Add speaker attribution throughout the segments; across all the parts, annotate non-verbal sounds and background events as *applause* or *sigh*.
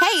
Speaker 1: Hey,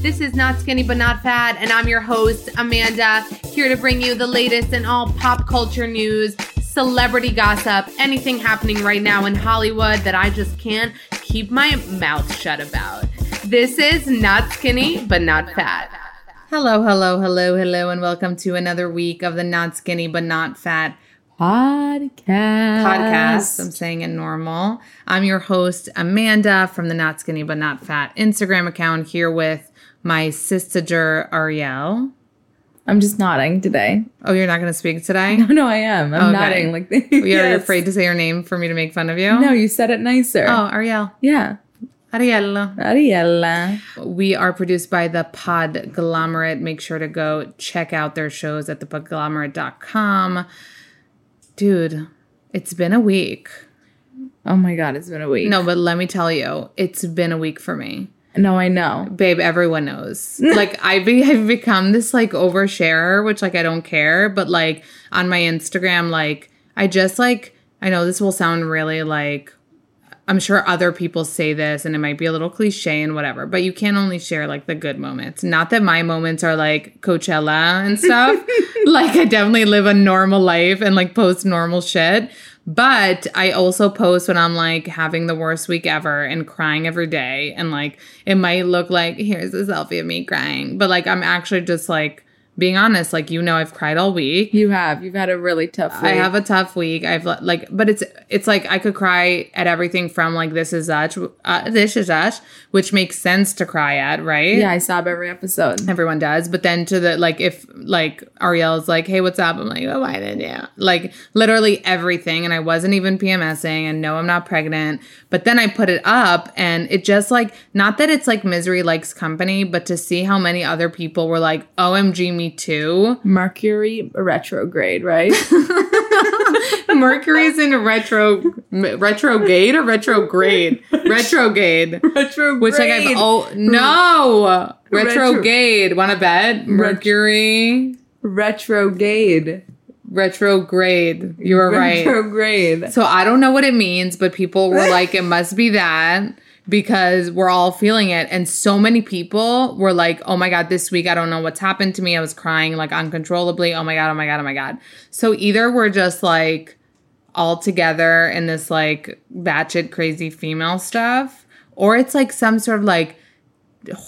Speaker 2: This is Not Skinny But Not Fat, and I'm your host, Amanda, here to bring you the latest in all pop culture news, celebrity gossip, anything happening right now in Hollywood that I just can't keep my mouth shut about. This is Not Skinny But Not Fat. Hello, hello, hello, hello, and welcome to another week of the Not Skinny But Not Fat
Speaker 3: podcast.
Speaker 2: podcast. I'm saying it normal. I'm your host, Amanda, from the Not Skinny But Not Fat Instagram account, here with my sister, Ariel.
Speaker 3: I'm just nodding today. *laughs*
Speaker 2: Oh, you're not going to speak today?
Speaker 3: No, no, I am.
Speaker 2: Okay.
Speaker 3: I'm nodding like the,
Speaker 2: You're
Speaker 3: Yes.
Speaker 2: afraid to say your name for me to make fun of you?
Speaker 3: No, you said it nicer.
Speaker 2: Oh, Ariel.
Speaker 3: Yeah.
Speaker 2: Ariel.
Speaker 3: Ariella.
Speaker 2: We are produced by the Podglomerate. Make sure to go check out their shows at thepodglomerate.com. Dude, it's been a week.
Speaker 3: Oh my god, it's been a week.
Speaker 2: No, but let me tell you, it's been a week for me.
Speaker 3: no, I know.
Speaker 2: Babe, everyone knows. like I be, I've become this like oversharer, which like I don't care, but like on my Instagram, like I just like I know this will sound really like I'm sure other people say this and it might be a little cliche and whatever, but you can only share like the good moments. Not that my moments are like Coachella and stuff. like I definitely live a normal life and like post normal shit. But I also post when I'm like having the worst week ever and crying every day. And like it might look like here's a selfie of me crying, but like I'm actually just like being honest. Like, you know, I've cried all week.
Speaker 3: You have. You've had a really tough week.
Speaker 2: I have a tough week. I've le- like, but it's it's like I could cry at everything from like this is us, uh, this is us, which makes sense to cry at, right?
Speaker 3: yeah, I sob every episode.
Speaker 2: everyone does. But then to the like, if like Ariel's like, hey, what's up? I'm like, oh, why didn't you? Like literally everything, and I wasn't even PMSing, and no, I'm not pregnant. But then I put it up, and it just like not that it's like misery likes company, but to see how many other people were like, OMG, me too.
Speaker 3: Mercury retrograde, right?
Speaker 2: *laughs* Mercury's in retro m- retrograde or retrograde *laughs* retrograde,
Speaker 3: retrograde.
Speaker 2: which like I've oh no
Speaker 3: Retro-
Speaker 2: retrograde. Want to bet Mercury
Speaker 3: retrograde.
Speaker 2: retrograde. You were right.
Speaker 3: Retrograde.
Speaker 2: So I don't know what it means, but people were like, it must be that because we're all feeling it. And so many people were like, oh my God, this week, I don't know what's happened to me. I was crying like uncontrollably. Oh my God, oh my God, oh my God. So either we're just like all together in this like batshit crazy female stuff, or it's like some sort of like,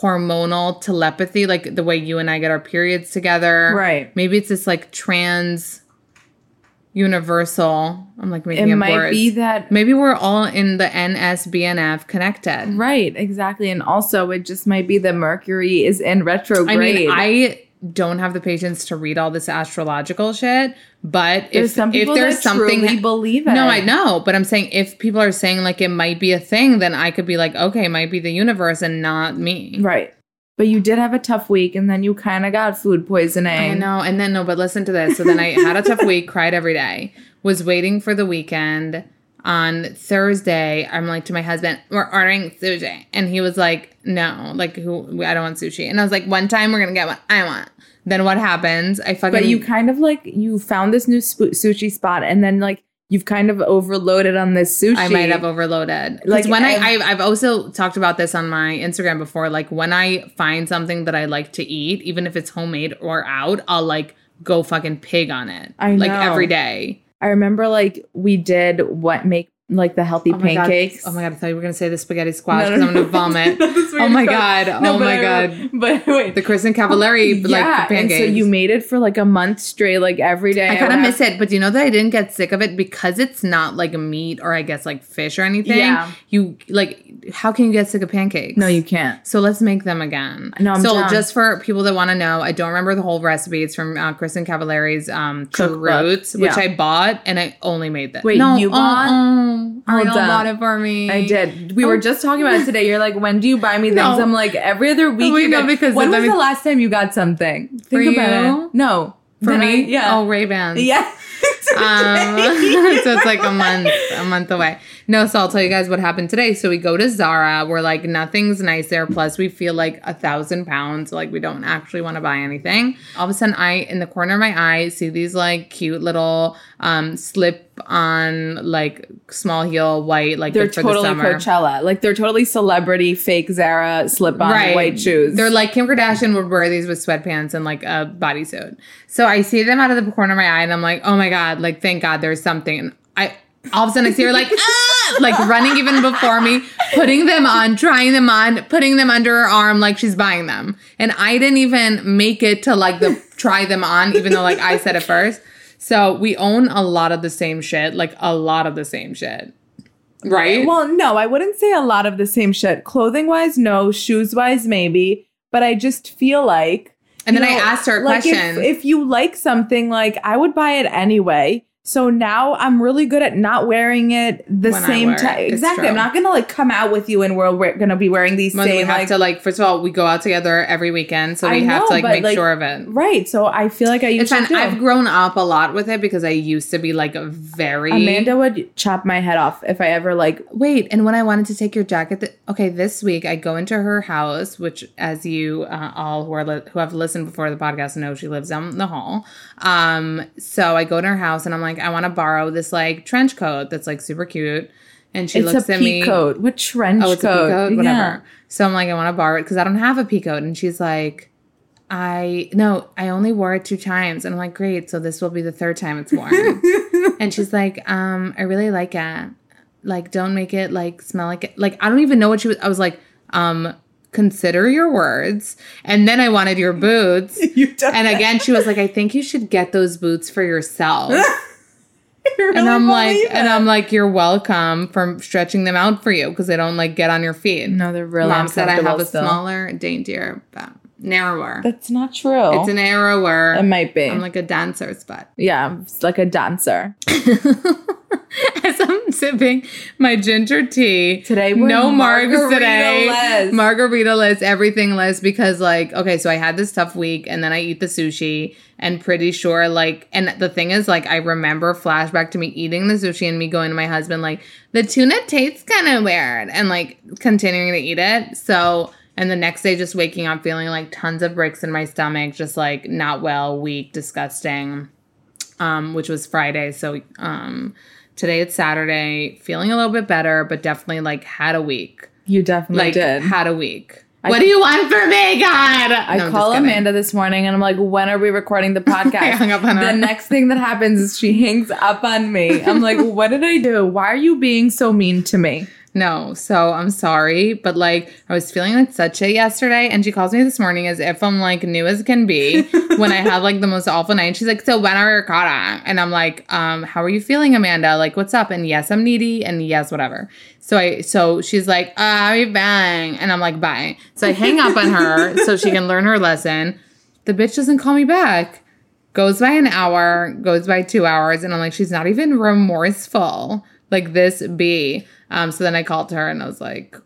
Speaker 2: hormonal telepathy like the way you and I get our periods together
Speaker 3: Right.
Speaker 2: maybe it's this like trans universal i'm like making
Speaker 3: It
Speaker 2: up
Speaker 3: might
Speaker 2: words.
Speaker 3: be that
Speaker 2: maybe we're all in the nsbnf connected
Speaker 3: Right, exactly. And also it just might be that Mercury is in retrograde.
Speaker 2: i mean i don't have the patience to read all this astrological shit but
Speaker 3: There's
Speaker 2: if,
Speaker 3: some
Speaker 2: if
Speaker 3: people
Speaker 2: there's
Speaker 3: that
Speaker 2: something
Speaker 3: truly believe it.
Speaker 2: no i know but i'm saying if people are saying like it might be a thing then i could be like okay it might be the universe and not me
Speaker 3: Right. But you did have a tough week and then you kind of got food poisoning.
Speaker 2: I know. And then, no, but listen to this. So then I had a tough week, *laughs* cried every day, was waiting for the weekend. On Thursday, I'm like to my husband, we're ordering sushi. And he was like, no, like, who, I don't want sushi. And I was like, one time we're going to get what I want. Then what happens? I fucking.
Speaker 3: But you kind of like, you found this new sp- sushi spot and then like you've kind of overloaded on this sushi.
Speaker 2: I might have overloaded. Like
Speaker 3: Like,
Speaker 2: when I,
Speaker 3: ev-
Speaker 2: I, I've also talked about this on my Instagram before. Like when I find something that I like to eat, even if it's homemade or out, I'll like go fucking pig on it.
Speaker 3: I
Speaker 2: like
Speaker 3: know.
Speaker 2: every day.
Speaker 3: I remember like we did what make like the healthy
Speaker 2: Oh my God.
Speaker 3: pancakes.
Speaker 2: Oh my god, I thought you were gonna say the spaghetti squash
Speaker 3: No,
Speaker 2: because
Speaker 3: no,
Speaker 2: I'm gonna
Speaker 3: no. *laughs*
Speaker 2: vomit.
Speaker 3: Not the spaghetti
Speaker 2: oh my
Speaker 3: squash.
Speaker 2: god.
Speaker 3: No,
Speaker 2: oh
Speaker 3: but
Speaker 2: my
Speaker 3: I
Speaker 2: god.
Speaker 3: remember- *laughs* But wait,
Speaker 2: The Kristen *laughs* Cavallari like
Speaker 3: yeah. and
Speaker 2: pancakes.
Speaker 3: so you made it for like a month straight, like every day.
Speaker 2: I kind of
Speaker 3: would
Speaker 2: miss
Speaker 3: have-
Speaker 2: it, but you know that I didn't get sick of it because it's not like meat or I guess like fish or anything.
Speaker 3: Yeah.
Speaker 2: You like how can you get sick of pancakes?
Speaker 3: No, you can't.
Speaker 2: So let's make them again.
Speaker 3: No, I'm
Speaker 2: so
Speaker 3: down.
Speaker 2: just for people that want to know, I don't remember the whole recipe. It's from uh, Kristen Cavallari's um, True
Speaker 3: Cookbook.
Speaker 2: Roots, which
Speaker 3: Yeah.
Speaker 2: I bought and I only made this.
Speaker 3: Wait, you bought?
Speaker 2: Uh-uh.
Speaker 3: Hold
Speaker 2: Ariel
Speaker 3: up.
Speaker 2: bought it for me.
Speaker 3: I did. We were just talking
Speaker 2: *laughs*
Speaker 3: about it today. You're like, when do you buy me things?
Speaker 2: No.
Speaker 3: I'm like, every other week.
Speaker 2: Wait,
Speaker 3: you
Speaker 2: no,
Speaker 3: get-
Speaker 2: because
Speaker 3: when
Speaker 2: let
Speaker 3: was
Speaker 2: me-
Speaker 3: the last time you got something? Think
Speaker 2: For
Speaker 3: about
Speaker 2: you?
Speaker 3: it. No,
Speaker 2: For
Speaker 3: Then I-
Speaker 2: me,
Speaker 3: yeah,
Speaker 2: Oh, Ray Bans.
Speaker 3: *laughs* yeah. *laughs*
Speaker 2: Um, *laughs* so it's like a month, a month away. No, so I'll tell you guys what happened today. So we go to Zara. We're like, nothing's nice there. Plus, we feel like a thousand pounds. Like we don't actually want to buy anything. All of a sudden, I in the corner of my eye see these like cute little um slip on like small heel white like
Speaker 3: They're
Speaker 2: good for
Speaker 3: totally
Speaker 2: the summer.
Speaker 3: Coachella. Like they're totally celebrity fake Zara slip on white shoes.
Speaker 2: They're like Kim Kardashian would wear these with sweatpants and like a bodysuit. So I see them out of the corner of my eye and I'm like, oh my God, like thank God there's something. And I all of a sudden I see her like *laughs* ah! like running even before me, putting them on, trying them on, putting them under her arm like she's buying them. And I didn't even make it to like the try them on, even though like I said it first. So we own a lot of the same shit, like a lot of the same shit. Right?
Speaker 3: Well, no, I wouldn't say a lot of the same shit. Clothing wise, no. Shoes wise, maybe. But I just feel like.
Speaker 2: and
Speaker 3: you
Speaker 2: then I
Speaker 3: know,
Speaker 2: asked her a
Speaker 3: like, if-
Speaker 2: question.
Speaker 3: If, you like something, like I would buy it anyway. So now I'm really good at not wearing it the
Speaker 2: When I
Speaker 3: same
Speaker 2: wear it,
Speaker 3: time.
Speaker 2: it's
Speaker 3: Exactly. I'm
Speaker 2: true.
Speaker 3: not gonna like come out with you and we're, we're gonna be wearing these
Speaker 2: Month, we
Speaker 3: same
Speaker 2: have
Speaker 3: like,
Speaker 2: to like first of all we go out together every weekend so we
Speaker 3: I
Speaker 2: have to
Speaker 3: know,
Speaker 2: like
Speaker 3: but,
Speaker 2: make
Speaker 3: like,
Speaker 2: sure of it
Speaker 3: right. So I feel like I
Speaker 2: it's
Speaker 3: usually
Speaker 2: fine
Speaker 3: do.
Speaker 2: i've grown up a lot with it because i used to be like a very
Speaker 3: Amanda would chop my head off if I ever like
Speaker 2: wait and when i wanted to take your jacket th- okay this week i go into her house which as you uh, all who are li- who have listened before the podcast know she lives down the hall um so i go to her house and i'm like i want to borrow this like trench coat that's like super cute and she
Speaker 3: it's
Speaker 2: looks
Speaker 3: a
Speaker 2: at me
Speaker 3: peacoat. coat. What trench
Speaker 2: oh, it's
Speaker 3: coat?
Speaker 2: a peacoat, whatever.
Speaker 3: Yeah.
Speaker 2: So I'm like, I want to borrow it because I don't have a peacoat. And she's like, I no, I only wore it two times. And I'm like, great. So this will be the third time it's
Speaker 3: *laughs*
Speaker 2: worn. and she's like, um, I really like it. Like, don't make it like smell like it. Like, I don't even know what she was. I was like, um, consider your words. And then I wanted your boots.
Speaker 3: *laughs* *laughs* You don't.
Speaker 2: and again, she was like, I think you should get those boots for
Speaker 3: *laughs*
Speaker 2: yourself. and I'm like, and I'm like, you're welcome for stretching them out for you because they don't like get on your feet.
Speaker 3: no, they're really
Speaker 2: Mom said I have a
Speaker 3: still.
Speaker 2: smaller, daintier, but narrower.
Speaker 3: That's not true.
Speaker 2: It's a narrower.
Speaker 3: it might be.
Speaker 2: I'm like a dancer's butt.
Speaker 3: yeah, it's like a dancer.
Speaker 2: *laughs* As I'm sipping my ginger tea
Speaker 3: Today we're
Speaker 2: no margarita
Speaker 3: margarita-less.
Speaker 2: margarita less, everything less because like okay, so I had this tough week and then I eat the sushi and pretty sure like and the thing is like I remember flashback to me eating the sushi and me going to my husband like the tuna tastes kind of weird and like continuing to eat it so. And the next day, just waking up feeling like tons of bricks in my stomach, just like not well, weak, disgusting um, which was Friday. So um, today it's Saturday. Feeling a little bit better, but definitely like had a week.
Speaker 3: You definitely
Speaker 2: Like
Speaker 3: did.
Speaker 2: had a week. what do you want from me, God?
Speaker 3: I call Amanda this morning and I'm like, when are we
Speaker 2: *laughs*
Speaker 3: recording the podcast?
Speaker 2: I hung up on
Speaker 3: the
Speaker 2: her.
Speaker 3: next thing that happens is she hangs up on me.
Speaker 2: *laughs*
Speaker 3: I'm like, what did I do? Why are you being so mean to me?
Speaker 2: No, so I'm sorry, but like I was feeling like such a yesterday, and she calls me this morning as if I'm like new as can be when I had like the most awful night. She's like, "So when are we ricotta?" And I'm like, "Um, how are you feeling, Amanda? Like, what's up?" And yes, I'm needy, and yes, whatever. So I, so she's like, "Ah, uh, bang," and I'm like, "Bye." So I hang up on her so she can learn her lesson. The bitch doesn't call me back goes by an hour, goes by two hours, and I'm like, she's not even remorseful. Like this B. Um, so then I called her and I was like,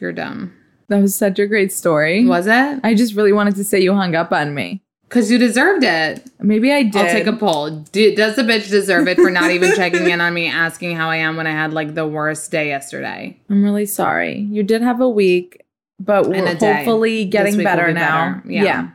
Speaker 2: You're dumb.
Speaker 3: That was such a great story.
Speaker 2: Was it?
Speaker 3: I just really wanted to say you hung up on me.
Speaker 2: Because you deserved it.
Speaker 3: Maybe I did.
Speaker 2: I'll take a poll. Do, does the bitch deserve it for not even checking in on me, asking how I am when I had like the worst day yesterday?
Speaker 3: I'm really sorry. You did have a week, but
Speaker 2: In
Speaker 3: we're
Speaker 2: a day.
Speaker 3: hopefully
Speaker 2: This
Speaker 3: getting
Speaker 2: week will
Speaker 3: better
Speaker 2: be
Speaker 3: now.
Speaker 2: better. Yeah.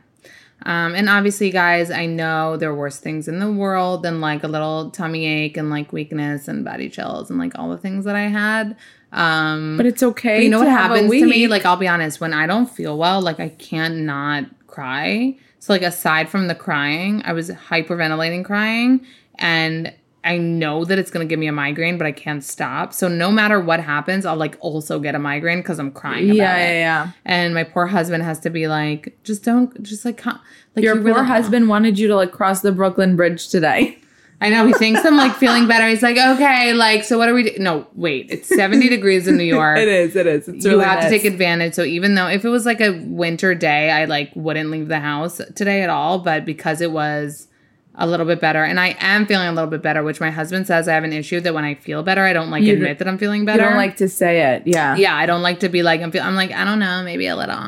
Speaker 2: Um, and obviously, guys, I know there are worse things in the world than like a little tummy ache and like weakness and body chills and like all the things that I had. Um,
Speaker 3: But it's okay.
Speaker 2: But you know
Speaker 3: to
Speaker 2: what
Speaker 3: have a
Speaker 2: happens to me?
Speaker 3: week.
Speaker 2: Like, I'll be honest, when I don't feel well, like, I can't not cry. So, like, aside from the crying, I was hyperventilating crying. And I know that it's gonna give me a migraine, but I can't stop. So no matter what happens, I'll like also get a migraine because I'm crying. About
Speaker 3: yeah, yeah,
Speaker 2: it.
Speaker 3: yeah.
Speaker 2: And my poor husband has to be like, just don't, just like, con- like
Speaker 3: Your
Speaker 2: you
Speaker 3: poor
Speaker 2: really-
Speaker 3: husband wanted you to like cross the Brooklyn Bridge today.
Speaker 2: I know he thinks I'm like feeling better. He's like, okay, like, so what are we? Do-? No, wait, it's 70
Speaker 3: *laughs*
Speaker 2: degrees in New York.
Speaker 3: it is. It is. It's
Speaker 2: you
Speaker 3: really
Speaker 2: have to
Speaker 3: nice.
Speaker 2: take advantage. So even though if it was like a winter day, I like wouldn't leave the house today at all. But because it was a little bit better, and I am feeling a little bit better, which my husband says I have an issue that when I feel better, I don't like
Speaker 3: You
Speaker 2: admit that I'm feeling
Speaker 3: You
Speaker 2: better.
Speaker 3: don't like to say it. Yeah.
Speaker 2: yeah, I don't like to be like I'm. Feel- I'm like I don't know, maybe a
Speaker 3: *laughs*
Speaker 2: little.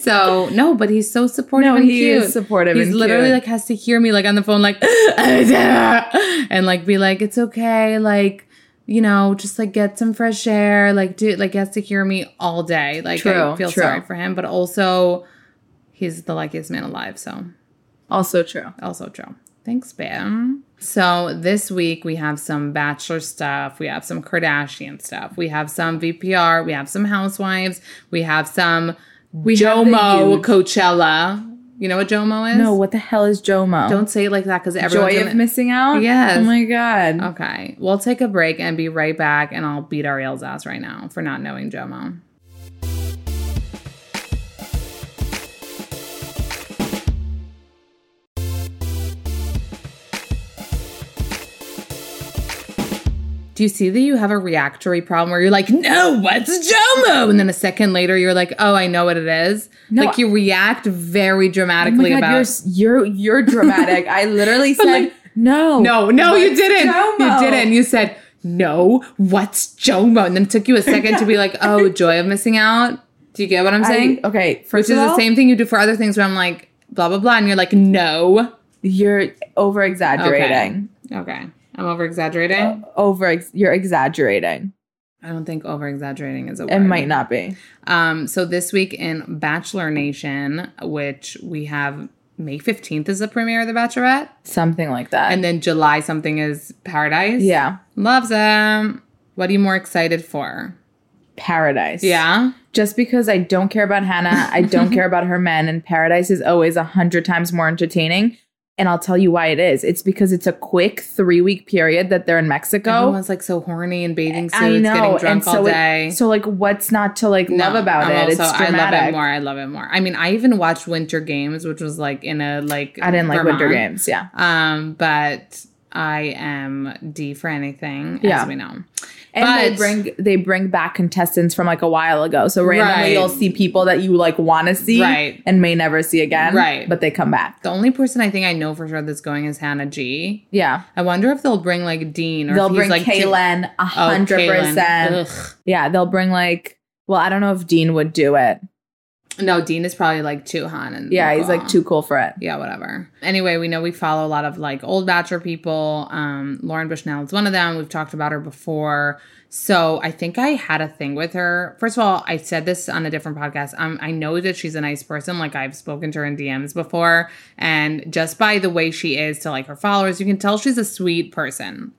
Speaker 2: so no, but he's so supportive.
Speaker 3: No,
Speaker 2: and
Speaker 3: he is
Speaker 2: cute.
Speaker 3: supportive
Speaker 2: He's
Speaker 3: and
Speaker 2: literally
Speaker 3: cute.
Speaker 2: like has to hear me like on the phone, like *laughs* and like be like, it's okay, like you know, just like get some fresh air, like do like he has to hear me all day. Like I
Speaker 3: True,
Speaker 2: feel
Speaker 3: true.
Speaker 2: sorry for him, but also he's the luckiest man alive. So
Speaker 3: Also true.
Speaker 2: also true. Thanks, Bam. So this week we have some Bachelor stuff, we have some Kardashian stuff, we have some VPR, we have some Housewives, we have some
Speaker 3: We have the
Speaker 2: Jomo
Speaker 3: huge-
Speaker 2: Coachella. You know what Jomo is?
Speaker 3: No, what the hell is Jomo?
Speaker 2: don't say it like that because everyone's
Speaker 3: Joy of
Speaker 2: gonna-
Speaker 3: missing out.
Speaker 2: Yes.
Speaker 3: Oh my god.
Speaker 2: Okay, we'll take a break and be right back, and I'll beat Ariel's ass right now for not knowing Jomo. Do you see that you have a reactory problem where you're like, no, what's Jomo? And then a second later, you're like, oh, I know what it is.
Speaker 3: No,
Speaker 2: like you react very
Speaker 3: Oh my
Speaker 2: dramatically
Speaker 3: god,
Speaker 2: about
Speaker 3: you're s-
Speaker 2: *laughs*
Speaker 3: you're you're dramatic. I literally said no.
Speaker 2: No, no, you
Speaker 3: What's
Speaker 2: didn't.
Speaker 3: Jomo?
Speaker 2: You didn't. You said, no, what's Jomo? And then it took you a second to be
Speaker 3: *laughs*
Speaker 2: like, oh, joy of missing out. Do you get what I'm saying?
Speaker 3: I, okay,
Speaker 2: Which
Speaker 3: first
Speaker 2: is
Speaker 3: of all,
Speaker 2: the same thing you do for other things where I'm like, blah, blah, blah. And you're like, no.
Speaker 3: you're over exaggerating.
Speaker 2: Okay. I'm over exaggerating.
Speaker 3: Over ex- you're exaggerating.
Speaker 2: I don't think over exaggerating is a word.
Speaker 3: It might not be.
Speaker 2: Um, so this week in Bachelor Nation, which we have May 15th is the premiere of The Bachelorette.
Speaker 3: Something like that.
Speaker 2: And then July something is Paradise.
Speaker 3: yeah.
Speaker 2: Loves them. What are you more excited for?
Speaker 3: Paradise.
Speaker 2: Yeah.
Speaker 3: Just because I don't care about Hannah,
Speaker 2: *laughs*
Speaker 3: I don't care about her men, and Paradise is always a hundred times more entertaining. And I'll tell you why it is. It's because it's a quick three week period that they're in Mexico.
Speaker 2: Everyone's like so horny in bathing suits, getting drunk
Speaker 3: and so
Speaker 2: all
Speaker 3: it-
Speaker 2: day.
Speaker 3: so like, what's not to like
Speaker 2: No,
Speaker 3: love about
Speaker 2: I'm
Speaker 3: it?
Speaker 2: also-
Speaker 3: it's
Speaker 2: I
Speaker 3: dramatic.
Speaker 2: love it more. I love it more. I mean, I even watched Winter Games, which was like in a like
Speaker 3: I didn't like Winter
Speaker 2: Vermont.
Speaker 3: Games. Yeah,
Speaker 2: Um, but I am D for anything,
Speaker 3: Yeah.
Speaker 2: as we know.
Speaker 3: and they
Speaker 2: But-
Speaker 3: bring they bring back contestants from like a while ago. So randomly
Speaker 2: Right.
Speaker 3: you'll see people that you like want to see
Speaker 2: Right.
Speaker 3: and may never see again.
Speaker 2: Right.
Speaker 3: but they come back.
Speaker 2: The only person I think I know for sure that's going is Hannah G.
Speaker 3: Yeah,
Speaker 2: I wonder if they'll bring like Dean or
Speaker 3: they'll
Speaker 2: if he's,
Speaker 3: bring
Speaker 2: like t-
Speaker 3: Kalen a
Speaker 2: Oh,
Speaker 3: hundred
Speaker 2: Kalen.
Speaker 3: percent.
Speaker 2: Ugh.
Speaker 3: Yeah, they'll bring like. Well, I don't know if Dean would do it.
Speaker 2: No, Dean is probably like too hot and
Speaker 3: Yeah, he's like
Speaker 2: cool.
Speaker 3: too cool for it.
Speaker 2: yeah, whatever. Anyway, we know we follow a lot of like old Bachelor people. Um, Lauren Bushnell is one of them. We've talked about her before. So I think I had a thing with her. First of all, I said this on a different podcast. Um, I know that she's a nice person. Like I've spoken to her in DMs before. And just by the way she is to like her followers, you can tell she's a sweet person.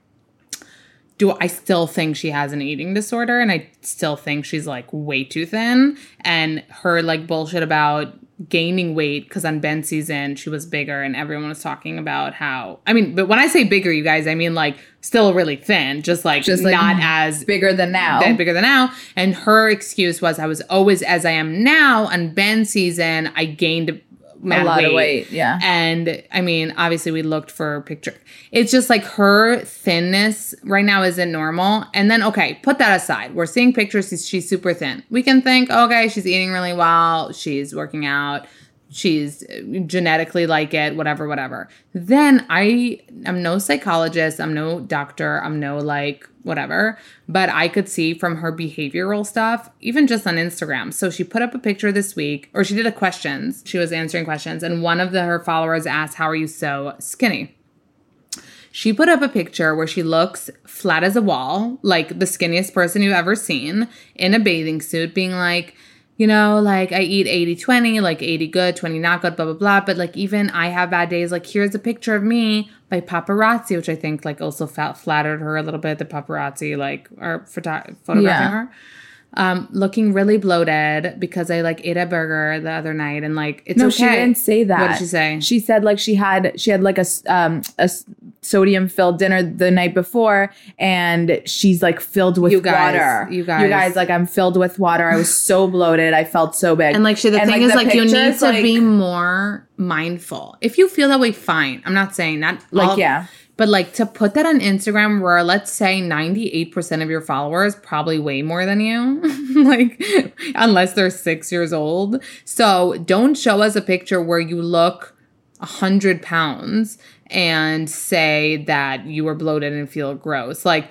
Speaker 2: Do I still think she has an eating disorder and I still think she's like way too thin and her like bullshit about gaining weight because on Ben's season she was bigger and everyone was talking about how I mean, but when I say bigger, you guys, I mean like still really thin, just like
Speaker 3: Just, like,
Speaker 2: not as
Speaker 3: Bigger than now.
Speaker 2: that bigger than now. And her excuse was I was always as I am now on Ben's season, I gained
Speaker 3: a
Speaker 2: mad
Speaker 3: lot of weight. Yeah.
Speaker 2: and I mean, obviously, we looked for picture. It's just like her thinness right now isn't normal. And then, okay, put that aside. We're seeing pictures. She's, she's super thin. We can think, okay, she's eating really well. She's working out. She's genetically like it, whatever, whatever. Then I am no psychologist. I'm no doctor. I'm no like whatever. But I could see from her behavioral stuff, even just on Instagram. So she put up a picture this week, or she did a questions. She was answering questions, and one of the, her followers asked, "How are you so skinny?" She put up a picture where she looks flat as a wall, like the skinniest person you've ever seen, in a bathing suit, being like, you know, like I eat 80 20, like 80 good, 20 not good, blah, blah, blah. But like, even I have bad days. Like, here's a picture of me by paparazzi, which I think like also fa- flattered her a little bit. The paparazzi, like, are photo- photographing
Speaker 3: Yeah.
Speaker 2: her. um, looking really bloated because I like ate a burger the other night and like it's
Speaker 3: no,
Speaker 2: okay.
Speaker 3: she didn't say that.
Speaker 2: What did she say?
Speaker 3: She said like she had she had like a s- um a sodium filled dinner the night before, and she's like filled with
Speaker 2: You guys,
Speaker 3: water.
Speaker 2: you guys.
Speaker 3: you guys, like I'm filled with water. I was so bloated. I felt so big.
Speaker 2: and like she, the thing is like you need
Speaker 3: pictures,
Speaker 2: to
Speaker 3: like-
Speaker 2: be more mindful. If you feel that way, fine. I'm not saying not
Speaker 3: Like,
Speaker 2: all-
Speaker 3: yeah.
Speaker 2: but like to put that on Instagram where let's say 98% of your followers probably way more than you, *laughs* like unless they're six years old. So don't show us a picture where you look a hundred pounds and say that you were bloated and feel gross. Like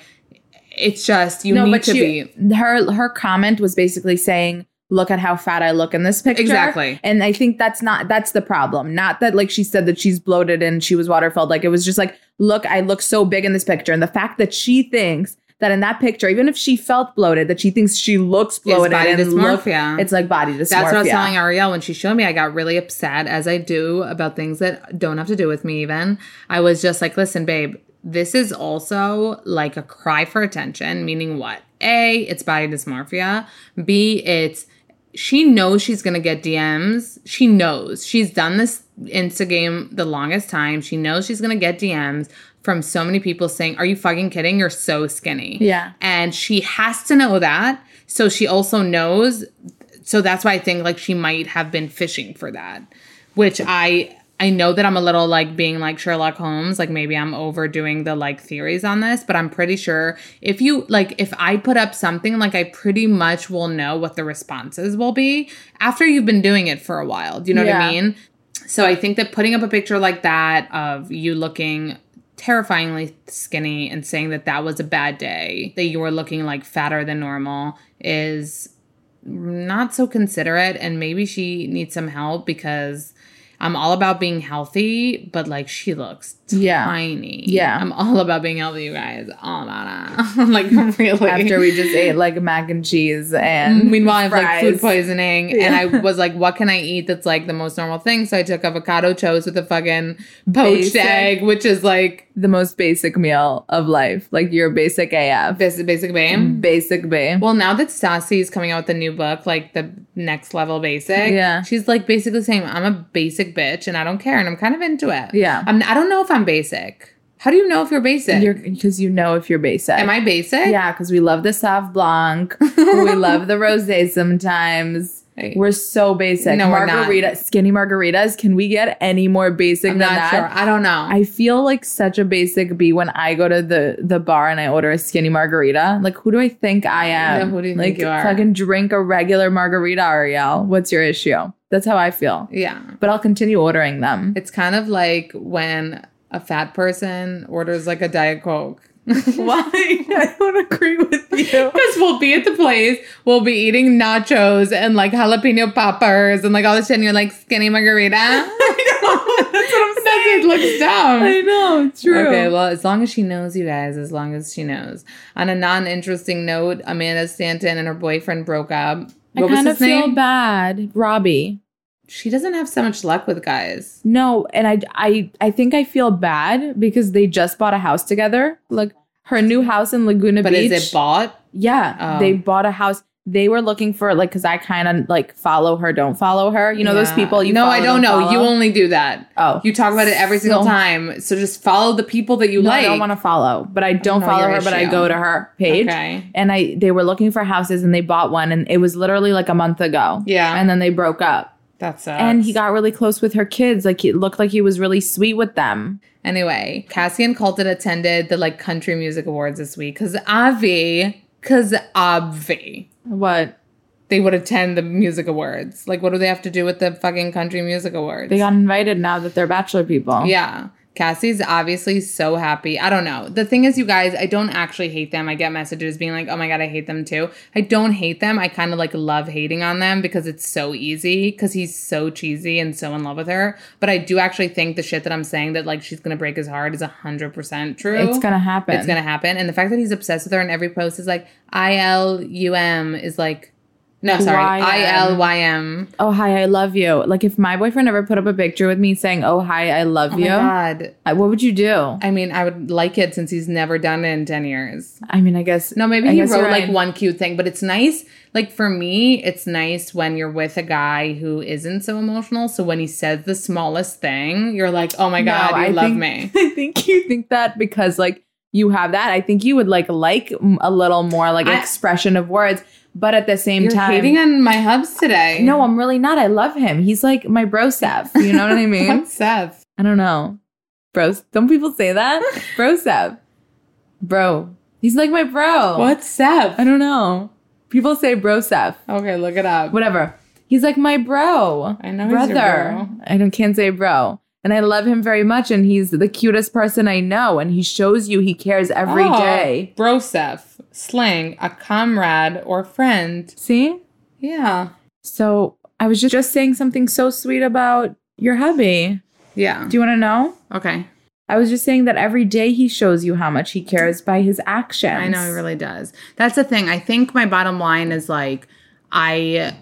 Speaker 2: it's just you need to
Speaker 3: she-
Speaker 2: be
Speaker 3: her her comment was basically saying look at how fat i look in this picture
Speaker 2: Exactly.
Speaker 3: and i think that's not that's the problem not that like she said that she's bloated and she was water filled like it was just like look i look so big in this picture and the fact that she thinks that in that picture even if she felt bloated that she thinks she looks bloated
Speaker 2: body
Speaker 3: and look-
Speaker 2: dysmorphia.
Speaker 3: it's like body dysmorphia
Speaker 2: That's what I was telling Ariel when she showed me. I got really upset, as I do, about things that don't have to do with me, even. I was just like, listen, babe, this is also like a cry for attention, meaning what? A, it's body dysmorphia. B, it's she knows she's gonna get DMs. She knows she's done this Insta game the longest time. She knows she's gonna get DMs from so many people saying, Are you fucking kidding? You're so skinny.
Speaker 3: Yeah.
Speaker 2: And she has to know that. So she also knows so that's why I think like she might have been fishing for that, which I I know that I'm a little like being like Sherlock Holmes, like maybe I'm overdoing the like theories on this, but I'm pretty sure if you like if I put up something like I pretty much will know what the responses will be after you've been doing it for a while. Do you know what I
Speaker 3: Yeah.
Speaker 2: mean? So I think that putting up a picture like that of you looking terrifyingly skinny and saying that that was a bad day, that you were looking like fatter than normal is not so considerate and maybe she needs some help because I'm all about being healthy, but like she looks *laughs*
Speaker 3: Yeah.
Speaker 2: tiny.
Speaker 3: Yeah.
Speaker 2: I'm all about being healthy, you guys. All about it. *laughs*
Speaker 3: *laughs*
Speaker 2: like really. *laughs*
Speaker 3: after we just ate like mac and cheese and
Speaker 2: Meanwhile, I have like food
Speaker 3: fries.
Speaker 2: poisoning, and I was like, "What can I eat that's like the most normal thing?" So I took avocado toast with a fucking poached
Speaker 3: Basic.
Speaker 2: egg, which is like
Speaker 3: the most basic meal of life like your basic af
Speaker 2: basic, basic bam.
Speaker 3: basic babe
Speaker 2: Well, now that Sassy is coming out with a new book, like the next level basic,
Speaker 3: Yeah.
Speaker 2: she's like basically saying, "I'm a basic bitch, and I don't care, and I'm kind of into it."
Speaker 3: Yeah.
Speaker 2: I'm. I don't know if I'm basic. How do you know if you're basic?
Speaker 3: You're because you know if you're basic.
Speaker 2: Am I basic?
Speaker 3: Yeah, because we love the
Speaker 2: *laughs*
Speaker 3: Sauv Blanc. we love the rosé sometimes.
Speaker 2: Hey.
Speaker 3: We're so basic.
Speaker 2: No, we're not.
Speaker 3: margarita, skinny margaritas. Can we get any more basic
Speaker 2: I'm
Speaker 3: than
Speaker 2: not
Speaker 3: that?
Speaker 2: sure. I don't know.
Speaker 3: I feel like such a basic bee when I go to the the bar and I order a skinny margarita. Like, who do I think I am?
Speaker 2: Yeah, who do you
Speaker 3: like,
Speaker 2: think you are?
Speaker 3: Fucking drink a regular margarita, Ariel. What's your issue? That's how I feel.
Speaker 2: yeah.
Speaker 3: But I'll continue ordering them.
Speaker 2: It's kind of like when a fat person orders like a Diet Coke. *laughs*
Speaker 3: Why? I don't agree with you.
Speaker 2: Because we'll be at the place, we'll be eating nachos and like jalapeno poppers and like all of a sudden you're like skinny
Speaker 3: *laughs*
Speaker 2: margarita. *laughs* that's what I'm saying. It looks dumb.
Speaker 3: I know, true.
Speaker 2: Okay, well, as long as she knows, you guys, as long as she knows. On a non interesting note, Amanda Stanton and her boyfriend broke up.
Speaker 3: I
Speaker 2: What was
Speaker 3: kind of
Speaker 2: his
Speaker 3: feel
Speaker 2: name?
Speaker 3: bad, Robbie.
Speaker 2: She doesn't have so much luck with guys.
Speaker 3: No, and I, I, I think I feel bad because they just bought a house together. Like her new house in Laguna
Speaker 2: But
Speaker 3: Beach.
Speaker 2: is it bought?
Speaker 3: yeah,
Speaker 2: Oh.
Speaker 3: they bought a house. They were looking for like because I kind of like follow her, don't follow her. You know those
Speaker 2: Yeah.
Speaker 3: people. You
Speaker 2: no,
Speaker 3: follow,
Speaker 2: I don't know. You
Speaker 3: follow?
Speaker 2: only do that.
Speaker 3: Oh.
Speaker 2: you talk about it every single
Speaker 3: So-
Speaker 2: time. So just follow the people that you
Speaker 3: No,
Speaker 2: like.
Speaker 3: I don't want to follow, but I don't
Speaker 2: know
Speaker 3: follow
Speaker 2: your
Speaker 3: her. But I
Speaker 2: issue.
Speaker 3: go to her page,
Speaker 2: Okay.
Speaker 3: and I they were looking for houses and they bought one, and it was literally like a month ago.
Speaker 2: Yeah.
Speaker 3: and then they broke up.
Speaker 2: That sucks.
Speaker 3: and he got really close with her kids. Like it looked like he was really sweet with them.
Speaker 2: anyway. Cassian Colton attended the like country music awards this week because Avi, because Avi,
Speaker 3: What
Speaker 2: they would attend the music awards. Like, what do they have to do with the fucking country music awards?
Speaker 3: they got invited now that they're bachelor people.
Speaker 2: Yeah. Cassie's obviously so happy. I don't know. The thing is, you guys, I don't actually hate them. I get messages being like, oh my God, I hate them too. I don't hate them. I kind of like love hating on them because it's so easy because he's so cheesy and so in love with her. But I do actually think the shit that I'm saying that like she's going to break his heart is 100% true.
Speaker 3: It's gonna happen.
Speaker 2: It's going to happen. And the fact that he's obsessed with her and every post is like, I L U M is like, No, sorry.
Speaker 3: Y M.
Speaker 2: I L Y M.
Speaker 3: Oh hi, I love you. Like if my boyfriend ever put up a picture with me saying, "Oh hi, I love
Speaker 2: Oh my
Speaker 3: you,"
Speaker 2: god.
Speaker 3: I- what would you do?
Speaker 2: I mean, I would like it since he's never done it in 10 years.
Speaker 3: I mean, I guess
Speaker 2: No, *laughs* maybe
Speaker 3: I
Speaker 2: he
Speaker 3: guess
Speaker 2: wrote
Speaker 3: you're
Speaker 2: like
Speaker 3: right.
Speaker 2: one cute thing, but it's nice. Like for me, it's nice when you're with a guy who isn't so emotional. So when he says the smallest thing, you're like, oh my God,
Speaker 3: No,
Speaker 2: you
Speaker 3: I
Speaker 2: love
Speaker 3: think- *laughs*
Speaker 2: me. *laughs*
Speaker 3: I think you think that because like you have that. I think you would like like m- a little more like
Speaker 2: I-
Speaker 3: expression of words, but at the same
Speaker 2: You're
Speaker 3: time,
Speaker 2: hating on my hubs today.
Speaker 3: no, I'm really not. I love him. He's like my bro
Speaker 2: *laughs*
Speaker 3: Seth. You know what I mean?
Speaker 2: What's Seth?
Speaker 3: I don't know. Bro, don't people
Speaker 2: *laughs*
Speaker 3: say that? Bro Seth. Bro. He's like my bro.
Speaker 2: What's
Speaker 3: I
Speaker 2: Seth?
Speaker 3: don't know. People say bro Seth.
Speaker 2: Okay, look it up.
Speaker 3: Whatever. He's like my bro.
Speaker 2: I know he's
Speaker 3: brother.
Speaker 2: your bro.
Speaker 3: I don't can't say bro. And I love him very much and he's the cutest person I know and he shows you he cares every day.
Speaker 2: Oh, Bro Seth. Slang, a comrade or friend.
Speaker 3: See?
Speaker 2: Yeah.
Speaker 3: So I was just, just saying something so sweet about your hubby.
Speaker 2: Yeah.
Speaker 3: Do you want to know?
Speaker 2: Okay.
Speaker 3: I was just saying that every day he shows you how much he cares by his actions.
Speaker 2: I know he really does. That's the thing. I think my bottom line is like I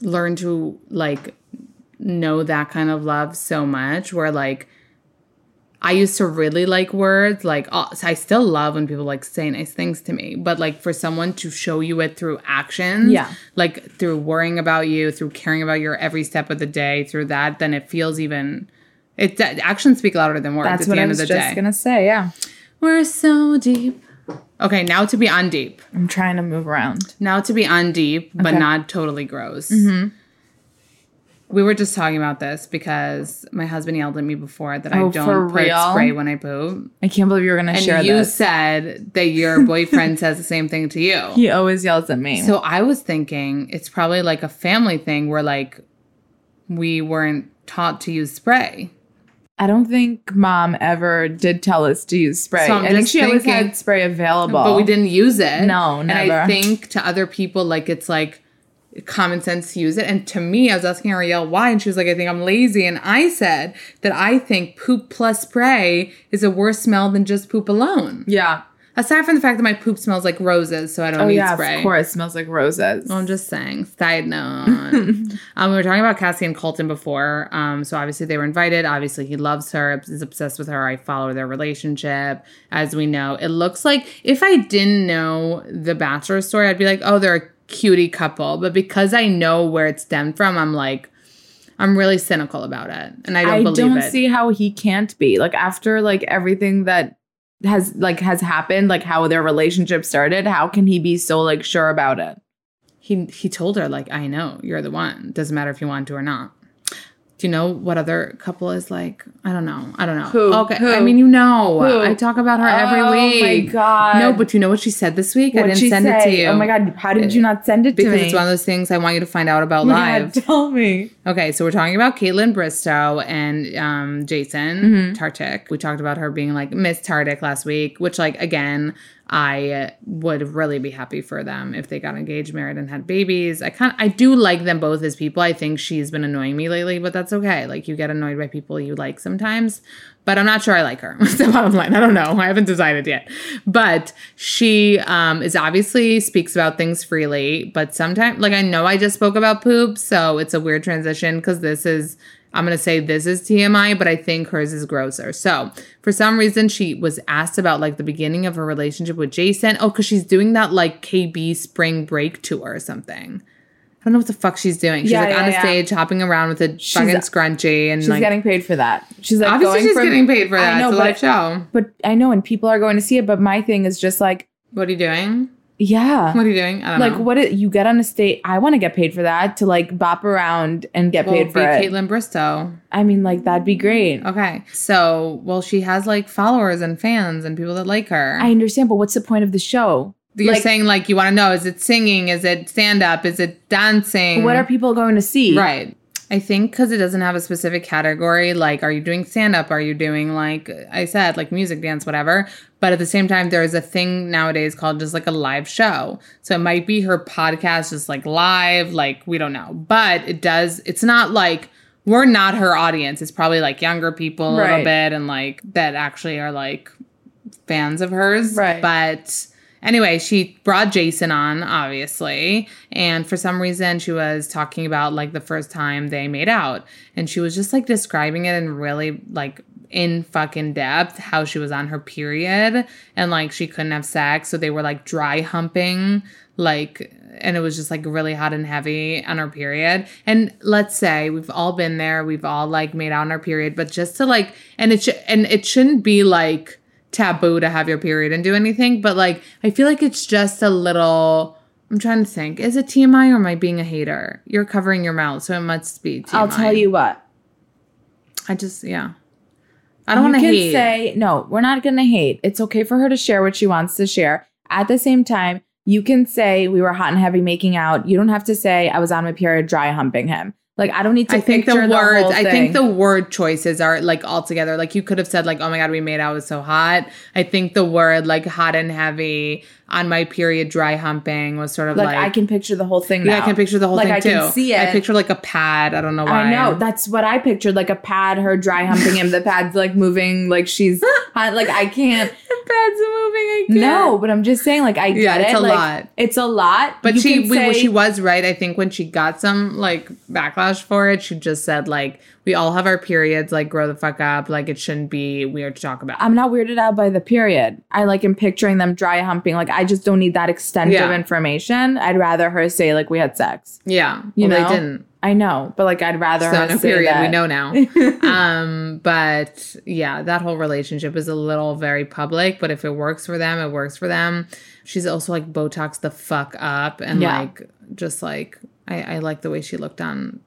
Speaker 2: learned to like know that kind of love so much where like I used to really like words. Like uh, so I still love when people like say nice things to me, but like for someone to show you it through actions,
Speaker 3: Yeah.
Speaker 2: like through worrying about you, through caring about your every step of the day, through that, then it feels even. It that- actions speak louder than words.
Speaker 3: That's
Speaker 2: at
Speaker 3: what
Speaker 2: the
Speaker 3: I
Speaker 2: end
Speaker 3: was
Speaker 2: of
Speaker 3: just
Speaker 2: the day.
Speaker 3: gonna say. Yeah,
Speaker 2: We're so deep. Okay, now to be undeep.
Speaker 3: I'm trying to move around.
Speaker 2: Now to be undeep, but
Speaker 3: Okay.
Speaker 2: not totally gross. We were just talking about this because my husband yelled at me before that
Speaker 3: Oh,
Speaker 2: I
Speaker 3: for
Speaker 2: don't put
Speaker 3: real?
Speaker 2: spray when I poop.
Speaker 3: I can't believe you were gonna
Speaker 2: And
Speaker 3: share
Speaker 2: you
Speaker 3: this.
Speaker 2: said that your boyfriend says the same thing to *laughs* you.
Speaker 3: He always yells at me.
Speaker 2: So I was thinking it's probably like a family thing where like we weren't taught to use spray.
Speaker 3: I don't think mom ever did tell us to use spray.
Speaker 2: So
Speaker 3: I
Speaker 2: I'm
Speaker 3: think
Speaker 2: just
Speaker 3: she always
Speaker 2: thinking-
Speaker 3: had spray available.
Speaker 2: But we didn't use it.
Speaker 3: No,
Speaker 2: And
Speaker 3: never.
Speaker 2: I think to other people, like it's like common sense to use it. And to me, I was asking Arielle why, and she was like, "I think I'm lazy." And I said that I think poop plus spray is a worse smell than just poop alone.
Speaker 3: Yeah.
Speaker 2: Aside from the fact that my poop smells like roses, so I don't
Speaker 3: Oh
Speaker 2: need
Speaker 3: yeah,
Speaker 2: spray. Oh,
Speaker 3: of course. Smells like roses.
Speaker 2: I'm just saying. Side
Speaker 3: *laughs*
Speaker 2: note. um, we were talking about Cassie and Colton before. Um, so obviously they were invited. Obviously he loves her, is obsessed with her. I follow their relationship. As we know, it looks like if I didn't know the Bachelor story, I'd be like, oh, they're a cutie couple. But because I know where it stemmed from, I'm like, I'm really cynical about it, and I don't
Speaker 3: I
Speaker 2: believe
Speaker 3: don't
Speaker 2: it.
Speaker 3: see how he can't be like after like everything that has like has happened, like how their relationship started. How can he be so like sure about it?
Speaker 2: he he told her like i know you're the one doesn't matter if you want to or not do you know what other couple is like i don't know i don't know
Speaker 3: Who?
Speaker 2: okay
Speaker 3: Who?
Speaker 2: i mean you know
Speaker 3: Who?
Speaker 2: i talk about her every week
Speaker 3: Oh my god!
Speaker 2: no but you know what she said this week i
Speaker 3: What'd
Speaker 2: didn't
Speaker 3: she
Speaker 2: send it to
Speaker 3: say?
Speaker 2: you
Speaker 3: Oh my god! How did you not send it
Speaker 2: because
Speaker 3: to me? *laughs*
Speaker 2: it's one of those things i want you to find out about
Speaker 3: Oh my
Speaker 2: live
Speaker 3: God, *laughs* tell me.
Speaker 2: Okay, so we're talking about Caitlin Bristow and um, Jason Tartik. We talked about her being like Miss Tartik last week, which, like, again, I would really be happy for them if they got engaged, married, and had babies. I kind I do like them both as people. I think she's been annoying me lately, but that's okay. Like, you get annoyed by people you like sometimes, but I'm not sure I like her. *laughs* That's the bottom line. I don't know. *laughs* I haven't decided yet. But she um, is obviously speaks about things freely, but sometimes, like, I know I just spoke about poop, so it's a weird transition because this is, I'm going to say this is TMI, but I think hers is grosser. So for some reason, she was asked about like the beginning of her relationship with Jason. Oh, because she's doing that like KB spring break tour or something. I don't know what the fuck she's doing. She's
Speaker 3: Yeah,
Speaker 2: like
Speaker 3: yeah,
Speaker 2: on a
Speaker 3: yeah.
Speaker 2: stage hopping around with a fucking scrunchie and
Speaker 3: She's
Speaker 2: like
Speaker 3: getting paid for that. She's like
Speaker 2: obviously
Speaker 3: going
Speaker 2: she's
Speaker 3: from-
Speaker 2: getting paid for that.
Speaker 3: I know,
Speaker 2: it's a
Speaker 3: but
Speaker 2: live show.
Speaker 3: But I know, and people are going to see it. But my thing is just like,
Speaker 2: What are you doing?
Speaker 3: yeah,
Speaker 2: What are you doing? I don't
Speaker 3: like
Speaker 2: know.
Speaker 3: what it, you get on a state. I want to get paid for that to like bop around and get
Speaker 2: Well,
Speaker 3: paid
Speaker 2: be
Speaker 3: for it.
Speaker 2: Caitlin Bristow.
Speaker 3: I mean, like that'd be great.
Speaker 2: Okay, so well, she has like followers and fans and people that like her.
Speaker 3: I understand, but what's the point of the show?
Speaker 2: You're
Speaker 3: like-
Speaker 2: saying like you want to know: is it singing? Is it stand up? Is it dancing?
Speaker 3: What are people going to see?
Speaker 2: Mm-hmm. Right. I think because it doesn't have a specific category, like, are you doing stand up? Are you doing, like I said, like music, dance, whatever? But at the same time, there is a thing nowadays called just like a live show. So it might be her podcast, just like live, like we don't know. But it does, it's not like we're not her audience. It's probably like younger people a little
Speaker 3: Right.
Speaker 2: bit and like that actually are like fans of hers.
Speaker 3: Right.
Speaker 2: But Anyway, she brought Jason on, obviously, and for some reason she was talking about like the first time they made out, and she was just like describing it in really like in fucking depth how she was on her period and like she couldn't have sex, so they were like dry humping, like and it was just like really hot and heavy on her period. And let's say we've all been there, we've all like made out on our period, but just to like and it sh- and it shouldn't be like taboo to have your period and do anything, but like I feel like it's just a little. I'm trying to think. Is it TMI or am I being a hater? You're covering your mouth, so it must be TMI.
Speaker 3: I'll tell you what.
Speaker 2: I just yeah. I don't want
Speaker 3: you
Speaker 2: to
Speaker 3: can
Speaker 2: hate.
Speaker 3: say no. We're not gonna hate. It's okay for her to share what she wants to share. At the same time, you can say we were hot and heavy making out. You don't have to say I was on my period dry humping him. Like I don't need to.
Speaker 2: I think the
Speaker 3: picture
Speaker 2: words.
Speaker 3: whole
Speaker 2: I
Speaker 3: thing.
Speaker 2: think the word choices are like all together. Like you could have said like, "Oh my god, we made out it was so hot." I think the word like hot and heavy on my period, dry humping was sort of
Speaker 3: like,
Speaker 2: like,
Speaker 3: I can picture the whole thing.
Speaker 2: Yeah, I
Speaker 3: now.
Speaker 2: can picture the whole
Speaker 3: like,
Speaker 2: thing
Speaker 3: I
Speaker 2: too.
Speaker 3: can see it.
Speaker 2: I picture like a pad. I don't know why. *laughs*
Speaker 3: I know. That's what I pictured, like a pad, her dry humping him. The pad's like moving, like
Speaker 2: *laughs*
Speaker 3: she's hot. Like I can't.
Speaker 2: the pad's moving. I can't.
Speaker 3: No, but I'm just saying, like I
Speaker 2: Yeah,
Speaker 3: get
Speaker 2: it's
Speaker 3: it.
Speaker 2: a
Speaker 3: like,
Speaker 2: lot.
Speaker 3: It's a lot.
Speaker 2: But
Speaker 3: You
Speaker 2: she
Speaker 3: can
Speaker 2: we,
Speaker 3: say-
Speaker 2: she was right. I think when she got some like backlash for it, she just said like, "We all have our periods. Like, grow the fuck up. Like, it shouldn't be weird to talk about."
Speaker 3: I'm not weirded out by the period. I like am picturing them dry humping. Like I just don't need that extent of
Speaker 2: Yeah.
Speaker 3: information. I'd rather her say like we had sex.
Speaker 2: yeah,
Speaker 3: You
Speaker 2: well,
Speaker 3: know?
Speaker 2: they didn't.
Speaker 3: I know, but like I'd rather
Speaker 2: So
Speaker 3: her
Speaker 2: no
Speaker 3: say
Speaker 2: period.
Speaker 3: that.
Speaker 2: We know
Speaker 3: *laughs*
Speaker 2: now. um, but yeah, that whole relationship is a little very public. But if it works for them, it works for them. She's also like Botox the fuck up and
Speaker 3: Yeah.
Speaker 2: like just like I, I like the way she looked on.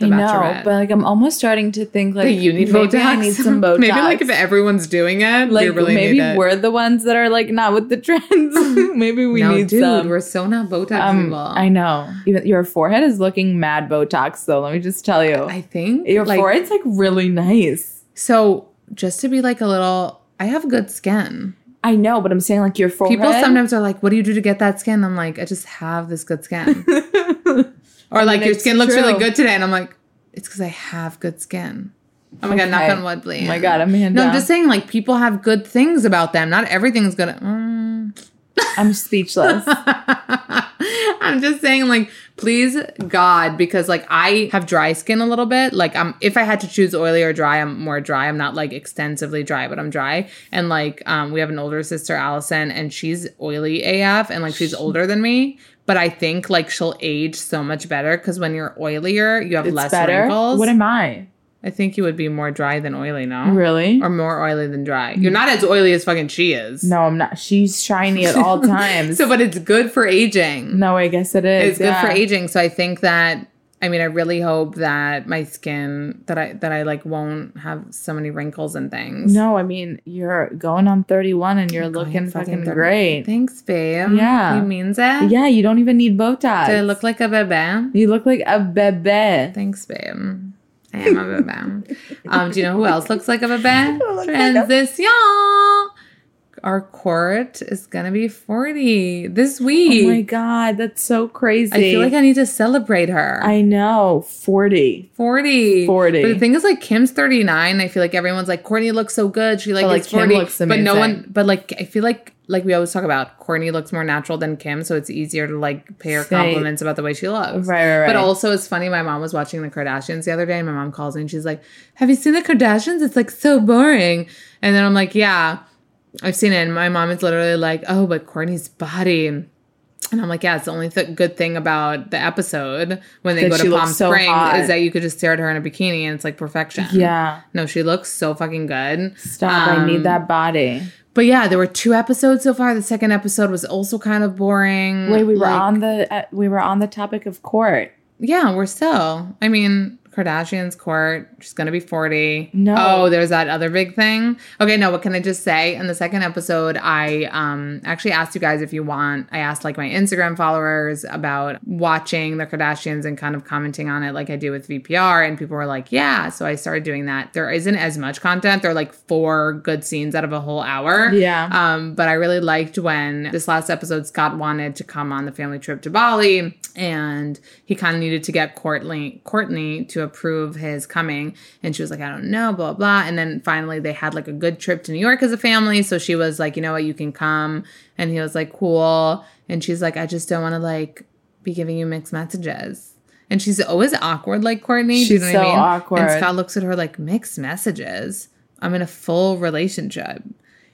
Speaker 2: The
Speaker 3: I know,
Speaker 2: Bachelorette.
Speaker 3: but like I'm almost starting to think like
Speaker 2: *laughs* Like, you need
Speaker 3: maybe
Speaker 2: Botox.
Speaker 3: I need some
Speaker 2: *laughs*
Speaker 3: Botox.
Speaker 2: maybe like if everyone's doing it, we
Speaker 3: like
Speaker 2: really
Speaker 3: maybe
Speaker 2: need it.
Speaker 3: we're the ones that are like not with the trends.
Speaker 2: *laughs*
Speaker 3: maybe we
Speaker 2: no,
Speaker 3: need
Speaker 2: dude,
Speaker 3: some.
Speaker 2: we're so not Botox
Speaker 3: um,
Speaker 2: people.
Speaker 3: I know. Even your forehead is looking mad Botox though. Let me just tell you,
Speaker 2: I think
Speaker 3: your
Speaker 2: like,
Speaker 3: forehead's like really nice.
Speaker 2: So just to be like a little, I have good skin.
Speaker 3: I know, but I'm saying like your forehead.
Speaker 2: People sometimes are like, "What do you do to get that skin?" I'm like, "I just have this good
Speaker 3: *laughs*
Speaker 2: skin." or like, "Your
Speaker 3: it's
Speaker 2: skin looks really
Speaker 3: true.
Speaker 2: good today," and I'm like, "It's because I have good skin." Oh my god, knock
Speaker 3: Okay.
Speaker 2: on wood, please.
Speaker 3: Oh my God, I'm hand
Speaker 2: No, I'm
Speaker 3: down.
Speaker 2: just saying, like, people have good things about them. Not everything's gonna. Mm. *laughs*
Speaker 3: I'm speechless.
Speaker 2: I'm just saying, like, please God, because like I have dry skin a little bit. Like, I'm if I had to choose oily or dry, I'm more dry. I'm not like extensively dry, but I'm dry. And like, um, we have an older sister, Allison, and she's oily AF, and like she's older than me. But I think like she'll age so much better because when you're oilier, you have
Speaker 3: it's
Speaker 2: less
Speaker 3: better.
Speaker 2: wrinkles.
Speaker 3: What am I?
Speaker 2: I think you would be more dry than oily, no?
Speaker 3: Really?
Speaker 2: Or more oily than dry. You're not as oily as fucking she is.
Speaker 3: no, I'm not. She's shiny at all
Speaker 2: *laughs*
Speaker 3: times.
Speaker 2: So, but it's good for aging.
Speaker 3: no, I guess it is.
Speaker 2: it's good for
Speaker 3: yeah.
Speaker 2: aging. So I think that I mean I really hope that my skin that I that I like won't have so many wrinkles and things.
Speaker 3: No, I mean you're going on 31 and you're
Speaker 2: Going
Speaker 3: looking fucking
Speaker 2: dirty.
Speaker 3: great.
Speaker 2: Thanks, babe.
Speaker 3: Yeah.
Speaker 2: you means it.
Speaker 3: Yeah, you don't even need Botox.
Speaker 2: Do I look like a bebe?
Speaker 3: you look like a bebe.
Speaker 2: Thanks, babe. I am a
Speaker 3: *laughs*
Speaker 2: bebe. um, do you know who else looks like a bebe? Transition. Our court is gonna be forty this
Speaker 3: Oh
Speaker 2: week.
Speaker 3: my god, that's so crazy.
Speaker 2: I feel like I need to celebrate her.
Speaker 3: Oh I know 40.
Speaker 2: 40.
Speaker 3: 40.
Speaker 2: But the thing is, like, Kim's 39. I feel like everyone's like, Courtney looks so good. She, like,
Speaker 3: But, like,
Speaker 2: is
Speaker 3: Kim
Speaker 2: 40.
Speaker 3: looks
Speaker 2: but no
Speaker 3: amazing.
Speaker 2: one, but like, I feel like, like we always talk about, Courtney looks more natural than Kim. So it's easier to, like, pay her
Speaker 3: Say-
Speaker 2: compliments about the way she looks.
Speaker 3: Right, right, right.
Speaker 2: But also, it's funny. My mom was watching The Kardashians the other day. And my mom calls me and she's like, Have you seen The Kardashians? It's, like, so boring. And then I'm like, Yeah, I've seen it. And my mom is literally like, Oh, but Courtney's body. And I'm like, yeah, it's the only th- good thing about the episode when they
Speaker 3: That
Speaker 2: go
Speaker 3: she
Speaker 2: to
Speaker 3: looks
Speaker 2: Palm
Speaker 3: so
Speaker 2: Springs
Speaker 3: hot.
Speaker 2: is that you could just stare at her in a bikini and it's like perfection.
Speaker 3: Yeah.
Speaker 2: No, she looks so fucking good.
Speaker 3: Stop. I need
Speaker 2: Um,
Speaker 3: that body.
Speaker 2: But yeah, there were two episodes so far. The second episode was also kind of boring.
Speaker 3: Wait, we were
Speaker 2: Mm, Like,
Speaker 3: on the uh, we were on the topic of court.
Speaker 2: Yeah, we're still. I mean, Kardashian's court. She's gonna be forty.
Speaker 3: No.
Speaker 2: Oh, there's that other big thing. Okay, no. What can I just say? In the second episode, I um actually asked you guys if you want. I asked like my Instagram followers about watching the Kardashians and kind of commenting on it, like I do with VPR, and people were like, "Yeah." So I started doing that. There isn't as much content. There are like four good scenes out of a whole hour.
Speaker 3: Yeah.
Speaker 2: Um, but I really liked when this last episode Scott wanted to come on the family trip to Bali and he kind of needed to get Courtney Courtney to approve his coming, and she was like, "I don't know," blah blah. And then finally, they had like a good trip to New York as a family, so she was like, "You know what? You can come." And he was like, "Cool," and she's like, "I just don't want to like be giving you mixed messages." And she's always awkward, like Courtney. do you
Speaker 3: She's
Speaker 2: know what
Speaker 3: so
Speaker 2: I mean?
Speaker 3: awkward.
Speaker 2: And Scott looks at her like mixed messages. I'm in a full relationship.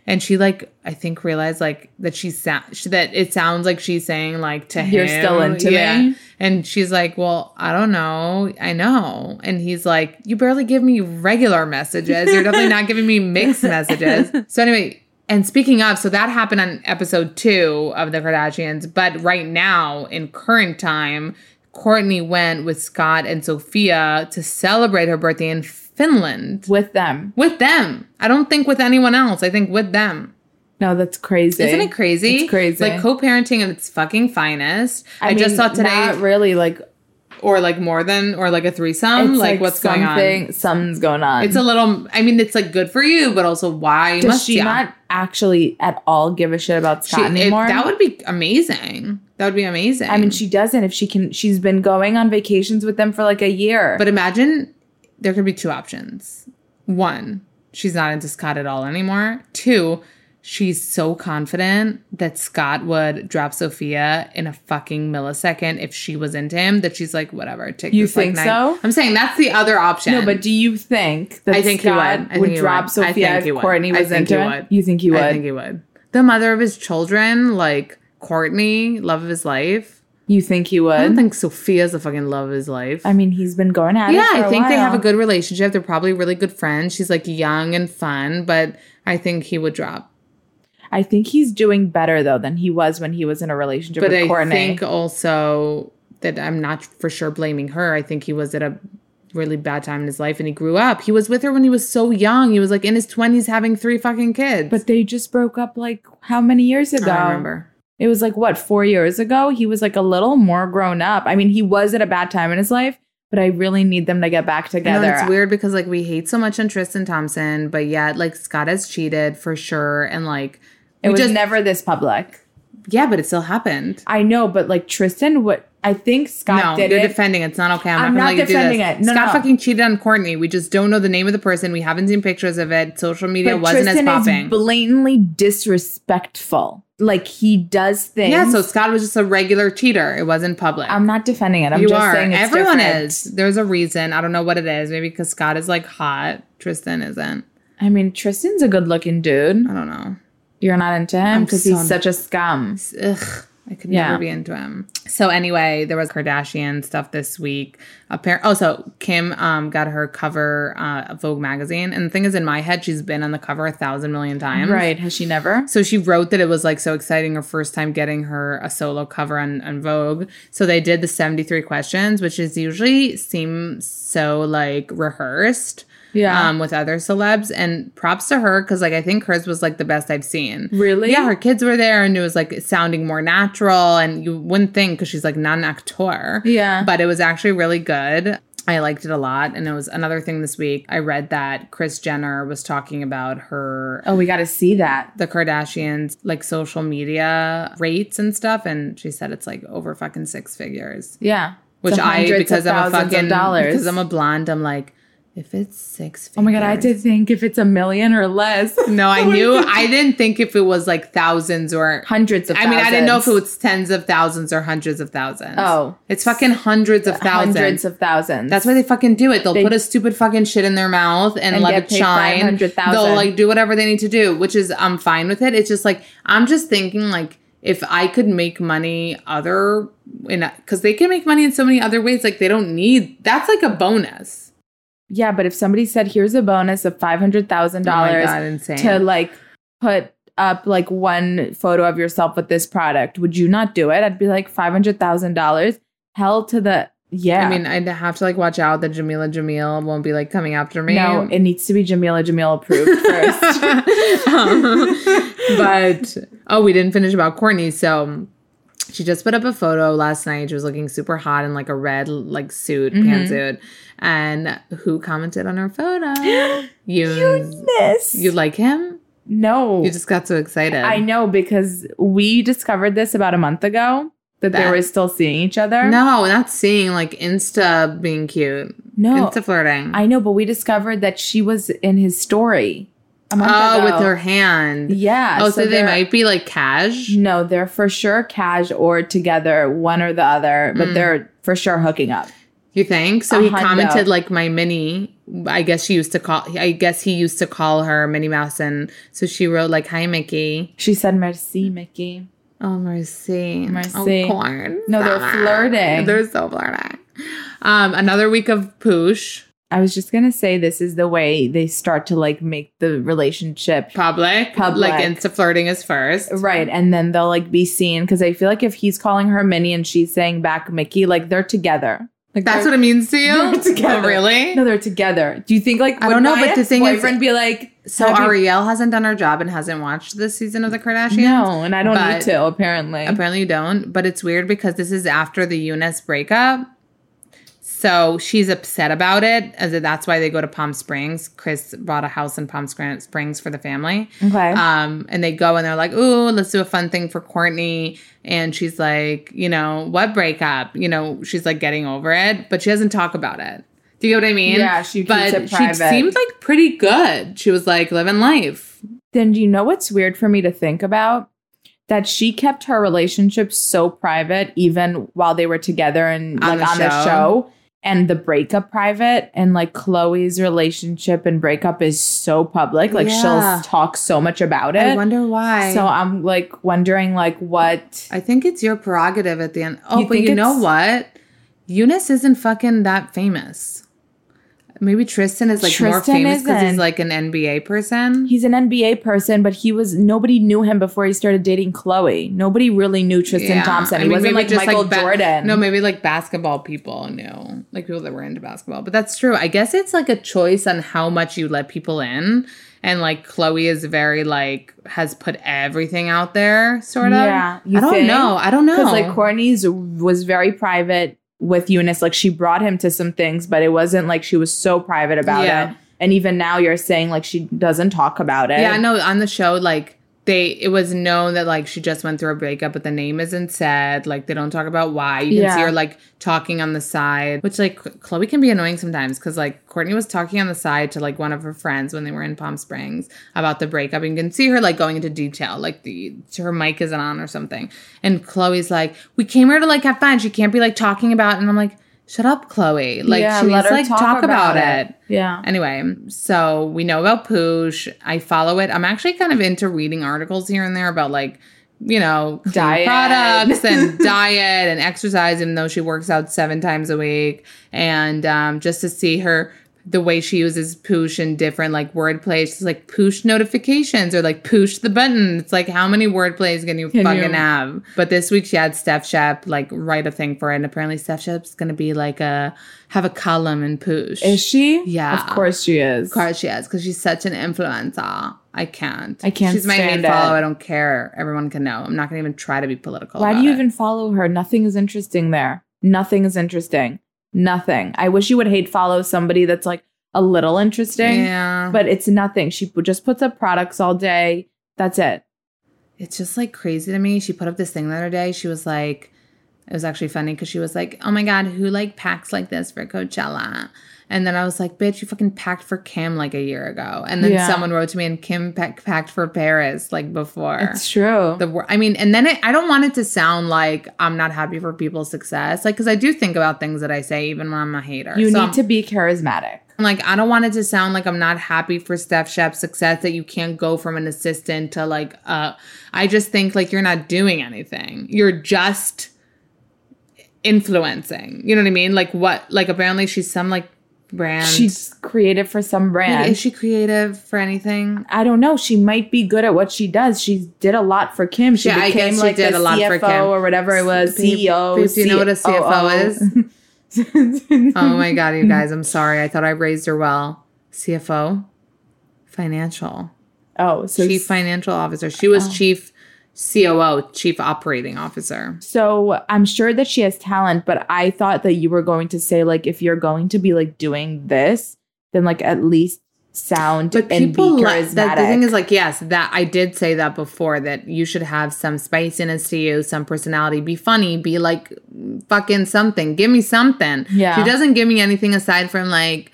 Speaker 2: And she like I think realized like that she sa- she, that it sounds like she's saying like to
Speaker 3: You're
Speaker 2: him,
Speaker 3: still into me?
Speaker 2: And she's like, well, I don't know, I know. And he's like, you barely give me regular messages. You're definitely not giving me
Speaker 3: *laughs*
Speaker 2: mixed messages. So anyway, and speaking of, so that happened on episode two of the Kardashians. But right now, in current time, Courtney went with Scott and Sophia to celebrate her birthday in Finland
Speaker 3: with them.
Speaker 2: with them. I don't think with anyone else. I think with them.
Speaker 3: No, that's crazy.
Speaker 2: Isn't it crazy?
Speaker 3: It's crazy.
Speaker 2: Like co-parenting at its fucking finest. I, just
Speaker 3: mean,
Speaker 2: saw today,
Speaker 3: Not really like
Speaker 2: or like more than, or like a threesome.
Speaker 3: it's
Speaker 2: Um, Like, what's going on?
Speaker 3: something- Something's going on.
Speaker 2: It's a little. I mean, it's like good for you, but also why
Speaker 3: Does
Speaker 2: must
Speaker 3: she
Speaker 2: ya?
Speaker 3: not actually at all give a shit about Scott
Speaker 2: She- it-
Speaker 3: anymore?
Speaker 2: that would be amazing. That would be amazing.
Speaker 3: I mean, she doesn't. If she can, she's been going on vacations with them for like a year.
Speaker 2: But imagine there could be two options. One, she's not into Scott at all anymore. Two, she's so confident that Scott would drop Sophia in a fucking millisecond if she was into him that she's like, whatever, take
Speaker 3: You
Speaker 2: this, like,
Speaker 3: think
Speaker 2: nine-
Speaker 3: so?
Speaker 2: I'm saying that's the other option.
Speaker 3: no, but do you think that
Speaker 2: I think he would. I
Speaker 3: Scott
Speaker 2: think
Speaker 3: would
Speaker 2: he would.
Speaker 3: drop
Speaker 2: I
Speaker 3: Sophia
Speaker 2: think he
Speaker 3: if
Speaker 2: would.
Speaker 3: Courtney
Speaker 2: I
Speaker 3: was
Speaker 2: think
Speaker 3: into
Speaker 2: he
Speaker 3: him?
Speaker 2: would.
Speaker 3: You think he would?
Speaker 2: I think he would. The mother of his children, like Courtney, love of his life.
Speaker 3: you think he
Speaker 2: I don't
Speaker 3: would?
Speaker 2: think Sophia's the fucking love of his life.
Speaker 3: I mean, he's been going at it.
Speaker 2: Yeah,
Speaker 3: for
Speaker 2: I think they have a
Speaker 3: while.
Speaker 2: good relationship. They're probably really good friends. She's like young and fun, but I think he would drop.
Speaker 3: I think he's doing better though than he was when he was in a relationship
Speaker 2: But
Speaker 3: with
Speaker 2: I
Speaker 3: Courtney.
Speaker 2: think also that I'm not for sure blaming her. I think he was at a really bad time in his life and he grew up. He was with her when he was so young. He was like in his 20s having three fucking kids.
Speaker 3: but they just broke up like how many years
Speaker 2: I
Speaker 3: ago?
Speaker 2: don't remember.
Speaker 3: It was like what, four years ago? He was like a little more grown up. I mean, he was at a bad time in his life, but I really need them to get back
Speaker 2: I know
Speaker 3: together.
Speaker 2: it's weird because like we hate so much on Tristan Thompson, but yet like Scott has cheated for sure and like
Speaker 3: It
Speaker 2: we
Speaker 3: was
Speaker 2: just-
Speaker 3: never this public.
Speaker 2: yeah, but it still happened.
Speaker 3: I know, but like Tristan, what I think Scott
Speaker 2: no,
Speaker 3: did
Speaker 2: you're
Speaker 3: it.
Speaker 2: defending. it. It's not okay. I'm,
Speaker 3: I'm
Speaker 2: not,
Speaker 3: not
Speaker 2: gonna let you
Speaker 3: defending
Speaker 2: do this.
Speaker 3: it. No,
Speaker 2: Scott
Speaker 3: no.
Speaker 2: fucking cheated on Courtney. We just don't know the name of the person. We haven't seen pictures of it. Social media
Speaker 3: but
Speaker 2: wasn't
Speaker 3: Tristan
Speaker 2: as
Speaker 3: is
Speaker 2: popping.
Speaker 3: blatantly disrespectful. Like he does things.
Speaker 2: yeah, so Scott was just a regular cheater. It wasn't public.
Speaker 3: I'm not defending it. I'm
Speaker 2: you
Speaker 3: just
Speaker 2: are.
Speaker 3: saying it's
Speaker 2: Everyone
Speaker 3: different.
Speaker 2: is. There's a reason. I don't know what it is. Maybe because Scott is like hot. Tristan isn't.
Speaker 3: I mean, Tristan's a good-looking dude.
Speaker 2: I don't know.
Speaker 3: You're not into him
Speaker 2: I'm
Speaker 3: because
Speaker 2: so-
Speaker 3: he's such a scum.
Speaker 2: Ugh. I could
Speaker 3: Yeah.
Speaker 2: never be into him. So anyway, there was Kardashian stuff this week. Apparent. Oh, so Kim um, got her cover uh, of Vogue magazine, and the thing is, in my head, she's been on the cover a thousand million times.
Speaker 3: Right? Has she never?
Speaker 2: So she wrote that it was like so exciting her first time getting her a solo cover on, on Vogue. So they did the 73 questions, which is usually seem so like rehearsed.
Speaker 3: Yeah.
Speaker 2: Um, with other celebs and props to her because like I think hers was like the best I've seen.
Speaker 3: Really?
Speaker 2: Yeah, her kids were there and it was like sounding more natural and you wouldn't think because she's like not an actor.
Speaker 3: Yeah.
Speaker 2: But it was actually really good. I liked it a lot. And it was another thing this week. I read that Chris Jenner was talking about her
Speaker 3: Oh, we got to see that.
Speaker 2: the Kardashians like social media rates and stuff, and she said it's like over fucking six figures.
Speaker 3: Yeah. It's
Speaker 2: Which I
Speaker 3: hundreds
Speaker 2: because
Speaker 3: of
Speaker 2: I'm a
Speaker 3: thousands of
Speaker 2: fucking
Speaker 3: dollars.
Speaker 2: because I'm a blonde, I'm like, if it's six figures.
Speaker 3: Oh my god, I had to think if it's a million
Speaker 2: *laughs*
Speaker 3: or less,
Speaker 2: No,
Speaker 3: *laughs*
Speaker 2: I knew I didn't think if it was like thousands or
Speaker 3: hundreds of.
Speaker 2: I mean, I didn't know if it
Speaker 3: thousands.
Speaker 2: was tens of thousands or hundreds of thousands.
Speaker 3: Oh.
Speaker 2: It's fucking hundreds of thousands.
Speaker 3: hundreds of thousands.
Speaker 2: That's why they fucking do it. They'll
Speaker 3: They-
Speaker 2: put a stupid fucking shit in their mouth and,
Speaker 3: And
Speaker 2: let
Speaker 3: get
Speaker 2: it
Speaker 3: paid
Speaker 2: shine.
Speaker 3: 500,000.
Speaker 2: They'll like do whatever they need to do, which is I'm fine with it. It's just like I'm just thinking like if I could make money other in because they can make money in so many other ways. Like they don't need that's like a bonus.
Speaker 3: yeah, but if somebody said, "Here's a bonus of five hundred thousand
Speaker 2: Oh God,
Speaker 3: dollars
Speaker 2: insane.
Speaker 3: to like put up like one photo of yourself with this product," would you not do it? I'd be like five hundred thousand dollars. Hell to the yeah.
Speaker 2: I mean, I'd have to like watch out that Jamila Jamil won't be like coming after me.
Speaker 3: no, it needs to be Jamila Jamil
Speaker 2: *laughs*
Speaker 3: approved first.
Speaker 2: Um, *laughs* but oh, we didn't finish about Courtney. So she just put up a photo last night. She was looking super hot in like a red like suit,
Speaker 3: Mm-hmm.
Speaker 2: pantsuit. And who commented on her photo?
Speaker 3: *gasps*
Speaker 2: you, you,
Speaker 3: Miss.
Speaker 2: like him?
Speaker 3: no.
Speaker 2: You just got so excited.
Speaker 3: I know because we discovered this about a month ago that they
Speaker 2: That-
Speaker 3: were still seeing each other.
Speaker 2: No, not seeing like Insta being cute.
Speaker 3: No.
Speaker 2: Insta flirting.
Speaker 3: I know, but we discovered that she was in his story. A month
Speaker 2: oh, with
Speaker 3: ago.
Speaker 2: her hand.
Speaker 3: Yeah.
Speaker 2: Oh, so, they
Speaker 3: they're-
Speaker 2: might be like cash.
Speaker 3: No, they're for sure cash or together, one or the other,
Speaker 2: Mm.
Speaker 3: but they're for sure hooking up.
Speaker 2: You think? So
Speaker 3: A
Speaker 2: he
Speaker 3: hundo.
Speaker 2: commented like my mini. I guess she used to call. I guess he used to call her Minnie Mouse, and so she wrote like, "Hi, Mickey."
Speaker 3: She said, Merci, Mickey.
Speaker 2: Oh, mercy,
Speaker 3: Mercy.
Speaker 2: Oh, corn.
Speaker 3: No, they're flirting.
Speaker 2: They're so flirting. Um, another week of poosh
Speaker 3: I was just gonna say this is the way they start to like make the relationship
Speaker 2: public,
Speaker 3: Public.
Speaker 2: like insta flirting is first.
Speaker 3: right, and then they'll like be seen because I feel like if he's calling her Minnie and she's saying back Mickey, like they're together. Like
Speaker 2: That's what it means to you.
Speaker 3: *laughs* They're together.
Speaker 2: Oh, really?
Speaker 3: No, they're together. Do you think like
Speaker 2: I
Speaker 3: would
Speaker 2: don't know,
Speaker 3: my
Speaker 2: but the thing is-
Speaker 3: ex-boyfriend be like
Speaker 2: so
Speaker 3: have you-
Speaker 2: Ariel hasn't done her job and hasn't watched this season of the Kardashians.
Speaker 3: no, and I don't
Speaker 2: but-
Speaker 3: need to apparently.
Speaker 2: Apparently you don't, but it's weird because this is after the Eunice breakup. So she's upset about it. As if that's why they go to Palm Springs. Chris bought a house in Palm Scran- Springs for the family.
Speaker 3: Okay.
Speaker 2: Um, and they go and they're like, ooh, let's do a fun thing for Courtney. And she's like, you know, what breakup? You know, she's like getting over it, but she doesn't talk about it. Do you get what I mean?
Speaker 3: Yeah, she keeps
Speaker 2: but
Speaker 3: it
Speaker 2: she
Speaker 3: private.
Speaker 2: seemed like pretty good. She was like living life.
Speaker 3: then do you know what's weird for me to think about? That she kept her relationship so private, even while they were together and
Speaker 2: On
Speaker 3: like
Speaker 2: the
Speaker 3: on the
Speaker 2: show.
Speaker 3: show, and the breakup private, and like Chloe's relationship and breakup is so public. Like
Speaker 2: Yeah.
Speaker 3: she'll talk so much about it.
Speaker 2: I wonder why.
Speaker 3: so I'm like wondering, like what?
Speaker 2: I think it's your prerogative at the end. Oh,
Speaker 3: You
Speaker 2: but
Speaker 3: think
Speaker 2: you know
Speaker 3: it's-
Speaker 2: what? Eunice isn't fucking that famous. Maybe Tristan is like more
Speaker 3: Tristan
Speaker 2: famous because
Speaker 3: isn't.
Speaker 2: he's like an NBA person.
Speaker 3: He's an NBA person, but he was nobody knew him before he started dating Chloe. Nobody really knew Tristan
Speaker 2: Yeah.
Speaker 3: Thompson.
Speaker 2: I
Speaker 3: He
Speaker 2: mean,
Speaker 3: wasn't
Speaker 2: maybe
Speaker 3: like
Speaker 2: just,
Speaker 3: Michael
Speaker 2: ba-
Speaker 3: Jordan.
Speaker 2: No, maybe like basketball people knew, like people that were into basketball. But that's true. I guess it's like a choice on how much you let people in. And like Chloe is very like has put everything out there, sort of.
Speaker 3: Yeah, you
Speaker 2: I don't
Speaker 3: think?
Speaker 2: know. I don't know.
Speaker 3: Because like Courtney's was very private with Eunice. Like she brought him to some things, but it wasn't like she was so private about
Speaker 2: Yeah.
Speaker 3: it. And even now you're saying like she doesn't talk about it.
Speaker 2: Yeah, I know on the show, like they it was known that like she just went through a breakup, but the name isn't said. Like they don't talk about why. You can
Speaker 3: Yeah.
Speaker 2: see her like talking on the side, which like Chloe can be annoying sometimes because like Courtney was talking on the side to like one of her friends when they were in Palm Springs about the breakup, and you can see her like going into detail, like the her mic isn't on or something, and Chloe's like, "We came here to like have fun. She can't be like talking about," and I'm like. Shut up, Chloe. Like
Speaker 3: Yeah,
Speaker 2: she
Speaker 3: let
Speaker 2: needs to
Speaker 3: her
Speaker 2: like talk, about, it.
Speaker 3: Yeah.
Speaker 2: Anyway, so we know about Poosh. I follow it. I'm actually kind of into reading articles here and there about like, you know, clean
Speaker 3: Diet.
Speaker 2: products
Speaker 3: *laughs*
Speaker 2: and diet and exercise, even though she works out seven times a week. And um, just to see her, the way she uses Poosh in different like wordplay, she's like Poosh notifications or like Poosh the button. It's like how many wordplays can you
Speaker 3: Can
Speaker 2: fucking
Speaker 3: you-
Speaker 2: have? But this week she had Steph Shep like write a thing for it, and apparently Steph Shep's gonna be like a have a column in Poosh.
Speaker 3: Is she?
Speaker 2: Yeah.
Speaker 3: Of course she is.
Speaker 2: Of course she is, because she's such an influencer. I can't.
Speaker 3: I can't
Speaker 2: She's my main
Speaker 3: stand it.
Speaker 2: follow. I don't care. Everyone can know. I'm not gonna even try to be political.
Speaker 3: Why do
Speaker 2: about
Speaker 3: you
Speaker 2: it.
Speaker 3: even follow her? Nothing is interesting there. Nothing is interesting. Nothing. I wish you would hate follow somebody that's like a little interesting,
Speaker 2: Yeah. But
Speaker 3: but it's nothing. She p- just puts up products all day. That's it.
Speaker 2: it's just like crazy to me. She put up this thing the other day. She was like, it was actually funny because she was like, "Oh my god, who like packs like this for Coachella?" And then I was like, "Bitch, you fucking packed for Kim like a year ago." And then
Speaker 3: Yeah.
Speaker 2: someone wrote to me, and Kim pack- packed for Paris like before.
Speaker 3: It's true.
Speaker 2: the wor- I mean, and then it, I don't want it to sound like I'm not happy for people's success, like because I do think about things that I say even when I'm a hater.
Speaker 3: you
Speaker 2: So
Speaker 3: need
Speaker 2: I'm,
Speaker 3: to be charismatic.
Speaker 2: I'm like I don't want it to sound like I'm not happy for Steph Shep's success that you can't go from an assistant to like uh I just think like you're not doing anything. You're just influencing. You know what I mean? Like what? Like apparently she's some like brand.
Speaker 3: She's creative for some brand.
Speaker 2: is she creative for anything?
Speaker 3: I don't know. She might be good at what she does. She did a lot for Kim. She
Speaker 2: Yeah, I
Speaker 3: became
Speaker 2: guess she
Speaker 3: like
Speaker 2: did
Speaker 3: the
Speaker 2: a lot
Speaker 3: CFO
Speaker 2: for Kim.
Speaker 3: or whatever it was. E
Speaker 2: Babe,
Speaker 3: CEO.
Speaker 2: babe, do you know what a
Speaker 3: E
Speaker 2: CFO
Speaker 3: is?
Speaker 2: *laughs* Oh my god, you guys, I'm sorry. I thought I raised her well. CFO, financial,
Speaker 3: oh, so
Speaker 2: chief financial officer. She was chief COO, chief operating officer.
Speaker 3: so I'm sure that she has talent, but I thought that you were going to say like if you're going to be like doing this, then like at least sound
Speaker 2: But
Speaker 3: and be
Speaker 2: people like
Speaker 3: charismatic.
Speaker 2: that. The thing is, like, yes, that I did say that before that you should have some spiciness to you, some personality, be funny, be like fucking something. Give me something.
Speaker 3: Yeah.
Speaker 2: She doesn't give me anything aside from like,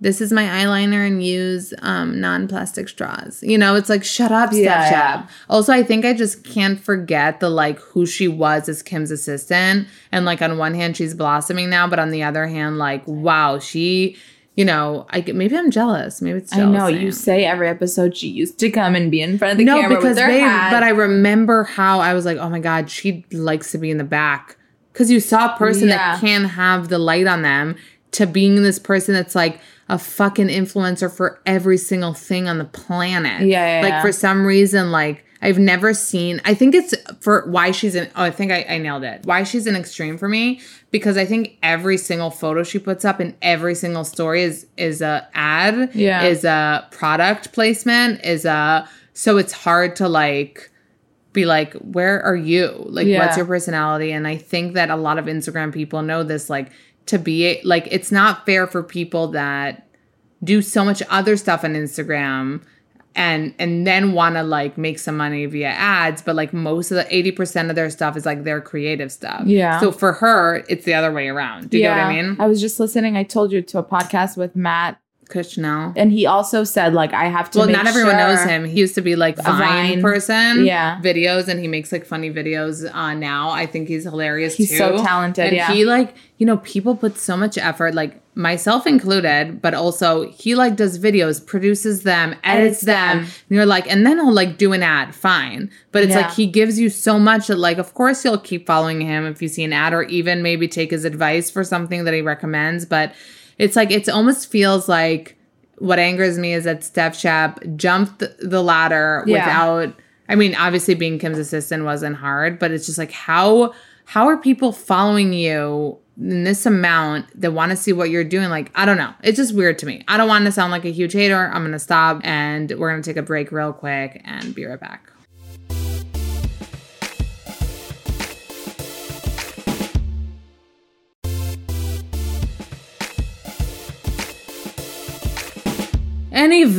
Speaker 2: this is my eyeliner and use um, non plastic straws. You know, it's like, shut up, step
Speaker 3: Yeah, yeah.
Speaker 2: chap. Also, I think I just can't forget the like who she was as Kim's assistant. And like, on one hand, she's blossoming now, but on the other hand, like, wow, she, you know, I, get- maybe I'm jealous. Maybe it's
Speaker 3: I know
Speaker 2: jealousy.
Speaker 3: you say every episode she used to come and be in front of the
Speaker 2: no,
Speaker 3: camera
Speaker 2: because
Speaker 3: with her
Speaker 2: they,
Speaker 3: hat.
Speaker 2: but I remember how I was like, oh my God, she likes to be in the back. Because you saw a person
Speaker 3: Yeah.
Speaker 2: that can have the light on them to being this person that's like a fucking influencer for every single thing on the planet.
Speaker 3: Yeah, yeah,
Speaker 2: Like
Speaker 3: yeah.
Speaker 2: for some reason, like I've never seen, I think it's for why she's an, oh, I think I, I nailed it. Why she's an extreme for me. Because I think every single photo she puts up and every single story is is a ad
Speaker 3: Yeah.
Speaker 2: is a product placement is a so it's hard to like be like where are you like
Speaker 3: Yeah.
Speaker 2: what's your personality and i think that a lot of instagram people know this like to be a- like it's not fair for people that do so much other stuff on instagram and and then want to like make some money via ads but like most of the 80% of their stuff is like their creative stuff
Speaker 3: Yeah.
Speaker 2: so for her it's the other way around do you know what i mean
Speaker 3: I was just listening. I told you to a podcast with Matt,
Speaker 2: Kushner.
Speaker 3: and he also said like I have to.
Speaker 2: Well,
Speaker 3: make
Speaker 2: not everyone
Speaker 3: sure-
Speaker 2: knows him. He used to be like Vine,
Speaker 3: Vine.
Speaker 2: person,
Speaker 3: Yeah.
Speaker 2: videos, and he makes like funny videos uh, now. I think he's hilarious.
Speaker 3: He's
Speaker 2: too.
Speaker 3: so talented,
Speaker 2: And
Speaker 3: yeah.
Speaker 2: he like you know people put so much effort, like myself included, but also he like does videos, produces them, edits
Speaker 3: Edits
Speaker 2: them.
Speaker 3: them.
Speaker 2: And you're like, and then he'll like do an ad, fine. But it's
Speaker 3: Yeah.
Speaker 2: like he gives you so much that like, of course you'll keep following him if you see an ad, or even maybe take his advice for something that he recommends. But it's like it's almost feels like what angers me is that Steph Shap jumped the ladder
Speaker 3: Yeah.
Speaker 2: without I mean, obviously being Kim's assistant wasn't hard, but it's just like how how are people following you in this amount that want to see what you're doing? Like, I don't know. It's just weird to me. I don't want to sound like a huge hater. I'm gonna stop and we're gonna take a break real quick and be right back.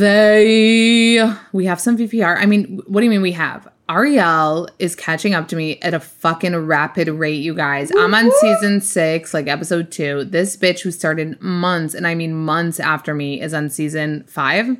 Speaker 2: Anyway, we have some VPR. I mean, what do you mean we have? Ariel is catching up to me at a fucking rapid rate, you guys. I'm on season six, like episode two. This bitch who started months, and I mean months after me, is on season
Speaker 3: Mm-hmm.
Speaker 2: five.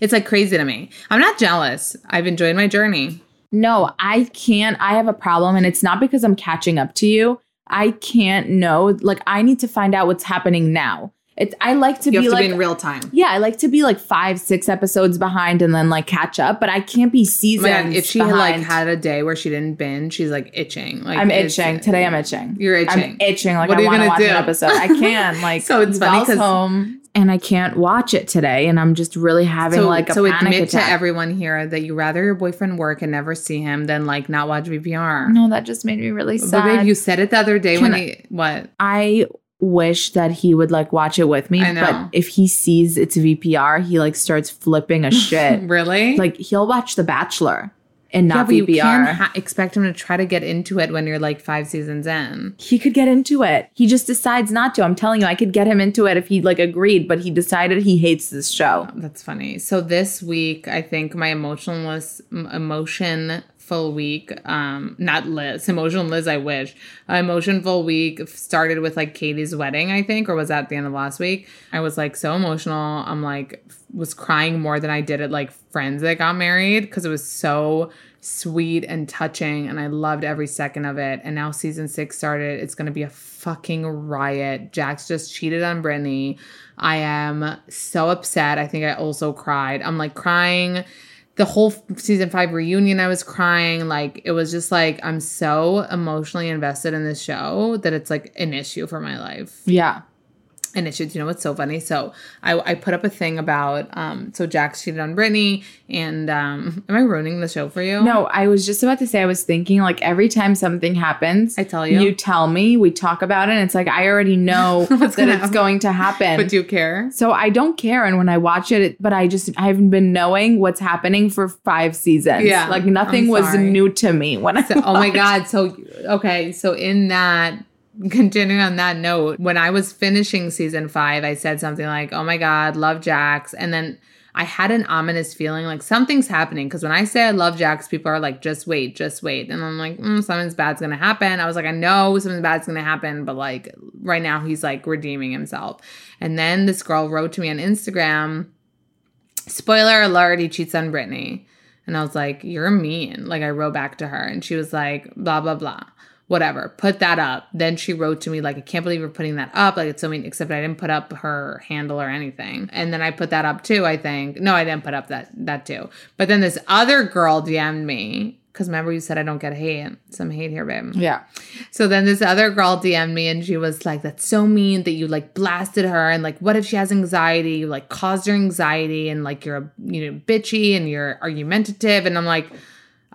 Speaker 2: It's like crazy to me. I'm not jealous. I've enjoyed my journey.
Speaker 3: No, I can't. I have a problem, and it's not because I'm catching up to you. I can't know. Like I need to find out what's happening now. It's I like to
Speaker 2: You
Speaker 3: be
Speaker 2: have to
Speaker 3: like
Speaker 2: be in real time. Oh
Speaker 3: yeah, I like to be like five, six episodes behind and then like catch up, but I can't be
Speaker 2: Oh
Speaker 3: seasoned.
Speaker 2: my God, if she had,
Speaker 3: behind.
Speaker 2: like had a day where she didn't binge, she's like itching. Like
Speaker 3: I'm
Speaker 2: it's-
Speaker 3: itching today. I'm itching.
Speaker 2: You're itching.
Speaker 3: I'm itching. Like
Speaker 2: What are
Speaker 3: I
Speaker 2: you
Speaker 3: want to
Speaker 2: gonna
Speaker 3: watch
Speaker 2: do?
Speaker 3: an episode.
Speaker 2: *laughs*
Speaker 3: I can. Like
Speaker 2: So it's funny
Speaker 3: Val's
Speaker 2: 'cause-
Speaker 3: home and I can't watch it today, and I'm just really having like a
Speaker 2: so
Speaker 3: panic
Speaker 2: admit
Speaker 3: attack.
Speaker 2: to everyone here that you rather your boyfriend work and never see him than like not watch VPR.
Speaker 3: no, that just made me really
Speaker 2: but
Speaker 3: sad.
Speaker 2: babe, you said it the other day when
Speaker 3: Can I-
Speaker 2: he what?
Speaker 3: I wish that he would like watch it with me,
Speaker 2: I know.
Speaker 3: but if he sees it's VPR, he like starts flipping
Speaker 2: *laughs*
Speaker 3: a shit.
Speaker 2: Really?
Speaker 3: like he'll watch The Bachelor and
Speaker 2: yeah,
Speaker 3: not
Speaker 2: but you
Speaker 3: VPR.
Speaker 2: can't ha- expect him to try to get into it when you're like five seasons in.
Speaker 3: he could get into it. He just decides not to. I'm telling you, I could get him into it if he like agreed, but he decided he hates this show.
Speaker 2: That's funny. So this week, I think my emotionless, m- emotionful week, um, not Liz, emotional Liz, I wish. Uh, emotionful week started with like Katie's wedding, I think, or was that the end of last week? I was like so emotional. I'm like, f- was crying more than I did at like friends that got married because it was so sweet and touching and I loved every second of it. And now season six started. It's going to be a fucking riot. Jax just cheated on Brittany. I am so upset. I think I also cried. I'm like crying. The whole f- season five reunion, I was crying. Like, it was just like, I'm so emotionally invested in this show that it's like an issue for my life
Speaker 3: Yeah.
Speaker 2: and it should you know it's so funny so i, I put up a thing about um so jack cheated on brittany and um *laughs* am i ruining the show for you
Speaker 3: No, I was just about to say I was thinking like every time something happens,
Speaker 2: I tell you.
Speaker 3: you tell me, we talk about it, and it's like I already know that
Speaker 2: *laughs* What's
Speaker 3: it's
Speaker 2: gonna happen.
Speaker 3: going to happen.
Speaker 2: but do you care
Speaker 3: so I don't care, and when I watch it, it, but I just I've been knowing what's happening for five seasons.
Speaker 2: Yeah,
Speaker 3: like nothing
Speaker 2: I'm
Speaker 3: was
Speaker 2: sorry.
Speaker 3: new to me when I.
Speaker 2: So- oh my god so okay so in that continuing on that note, when I was finishing season five, I said something like, Oh my God, love Jax. And then I had an ominous feeling like something's happening. Cause when I say I love Jax, people are like, Just wait, just wait. And I'm like, mm, Something bad's gonna happen. I was like, I know something bad's gonna happen, but like right now he's like redeeming himself. And then this girl wrote to me on Instagram, Spoiler alert, he cheats on Brittany. And I was like, You're mean. Like I wrote back to her and she was like, blah, blah, blah whatever, put that up. Then she wrote to me, like, I can't believe you're putting that up. Like, it's so mean, except I didn't put up her handle or anything. And then I put that up too, I think. No, I didn't put up that, that too. But then this other girl DM'd me. Cause remember you said I don't get hate. Some hate here, babe.
Speaker 3: Yeah.
Speaker 2: So then this other girl DM'd me and she was like, That's so mean that you like blasted her and like what if she has anxiety? You like caused her anxiety and like you're a you know bitchy and you're argumentative. And I'm like,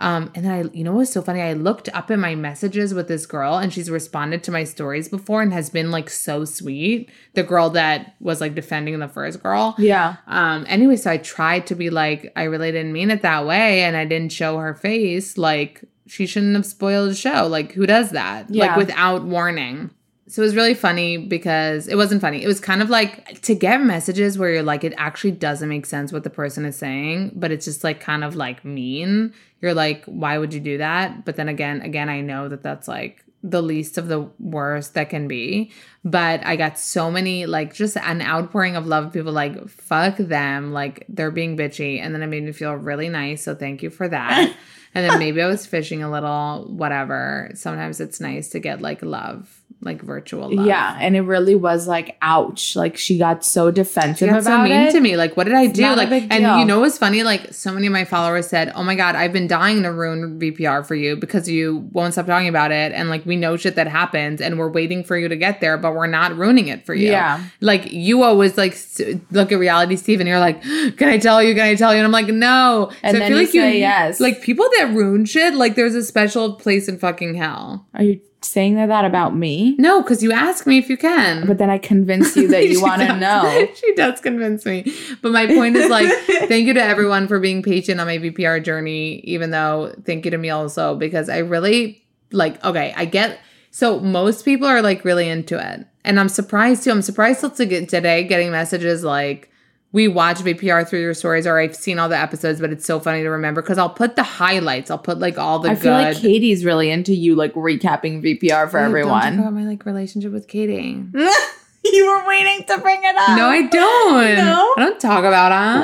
Speaker 2: um, and then I, you know what's so funny? I looked up in my messages with this girl and she's responded to my stories before and has been like so sweet. The girl that was like defending the first girl.
Speaker 3: Yeah.
Speaker 2: Um, anyway, so I tried to be like, I really didn't mean it that way and I didn't show her face. Like, she shouldn't have spoiled the show. Like, who does that? Like,
Speaker 3: Yeah.
Speaker 2: without warning. So it was really funny because it wasn't funny. It was kind of like to get messages where you're like, it actually doesn't make sense what the person is saying, but it's just like kind of like mean. You're like, why would you do that? But then again, again, I know that that's like the least of the worst that can be. But I got so many like just an outpouring of love. People like, fuck them. Like they're being bitchy. And then it made me feel really nice. So thank you for that. and then maybe I was fishing a little, whatever. Sometimes it's nice to get like love, like virtual love.
Speaker 3: Yeah. And it really was like, ouch. Like she got so defensive
Speaker 2: She got so
Speaker 3: about
Speaker 2: mean
Speaker 3: it.
Speaker 2: to me. Like, what did I do?
Speaker 3: not a
Speaker 2: Like,
Speaker 3: big
Speaker 2: and
Speaker 3: deal.
Speaker 2: you know what's funny? Like, so many of my followers said, "Oh my god, I've been dying to ruin VPR for you because you won't stop talking about it, and like we know shit that happens, and we're waiting for you to get there, but we're not ruining it for you."
Speaker 3: Yeah.
Speaker 2: like you always like s- look at reality, Steve, and you're like, *gasps* "Can I tell you? Can I tell you?" And I'm like, "No."
Speaker 3: And
Speaker 2: I
Speaker 3: then you say yes.
Speaker 2: Like people that ruin shit, like there's a special place in fucking hell.
Speaker 3: Are you saying that, that about me?
Speaker 2: No, because you ask me if you can,
Speaker 3: But then I convinced
Speaker 2: *laughs*
Speaker 3: you that you
Speaker 2: She
Speaker 3: want to
Speaker 2: does.
Speaker 3: know.
Speaker 2: *laughs* she does convince me. But my point is
Speaker 3: *laughs*
Speaker 2: like, thank you to everyone for being patient on my VPR journey, even though thank you to me also, because I really like, okay, I get so most people are like really into it. And I'm surprised too. I'm surprised still to get today getting messages like, we watch VPR through your stories, or I've seen all the episodes, but it's so funny to remember because I'll put the highlights. I'll put like all the
Speaker 3: I
Speaker 2: good.
Speaker 3: feel like Katie's really into you, like recapping VPR for
Speaker 2: Oh, don't you
Speaker 3: everyone.
Speaker 2: forget my like relationship with Katie.
Speaker 3: *laughs* you were waiting to bring it up.
Speaker 2: Uh, *laughs* No, I don't.
Speaker 3: No?
Speaker 2: I don't talk about it.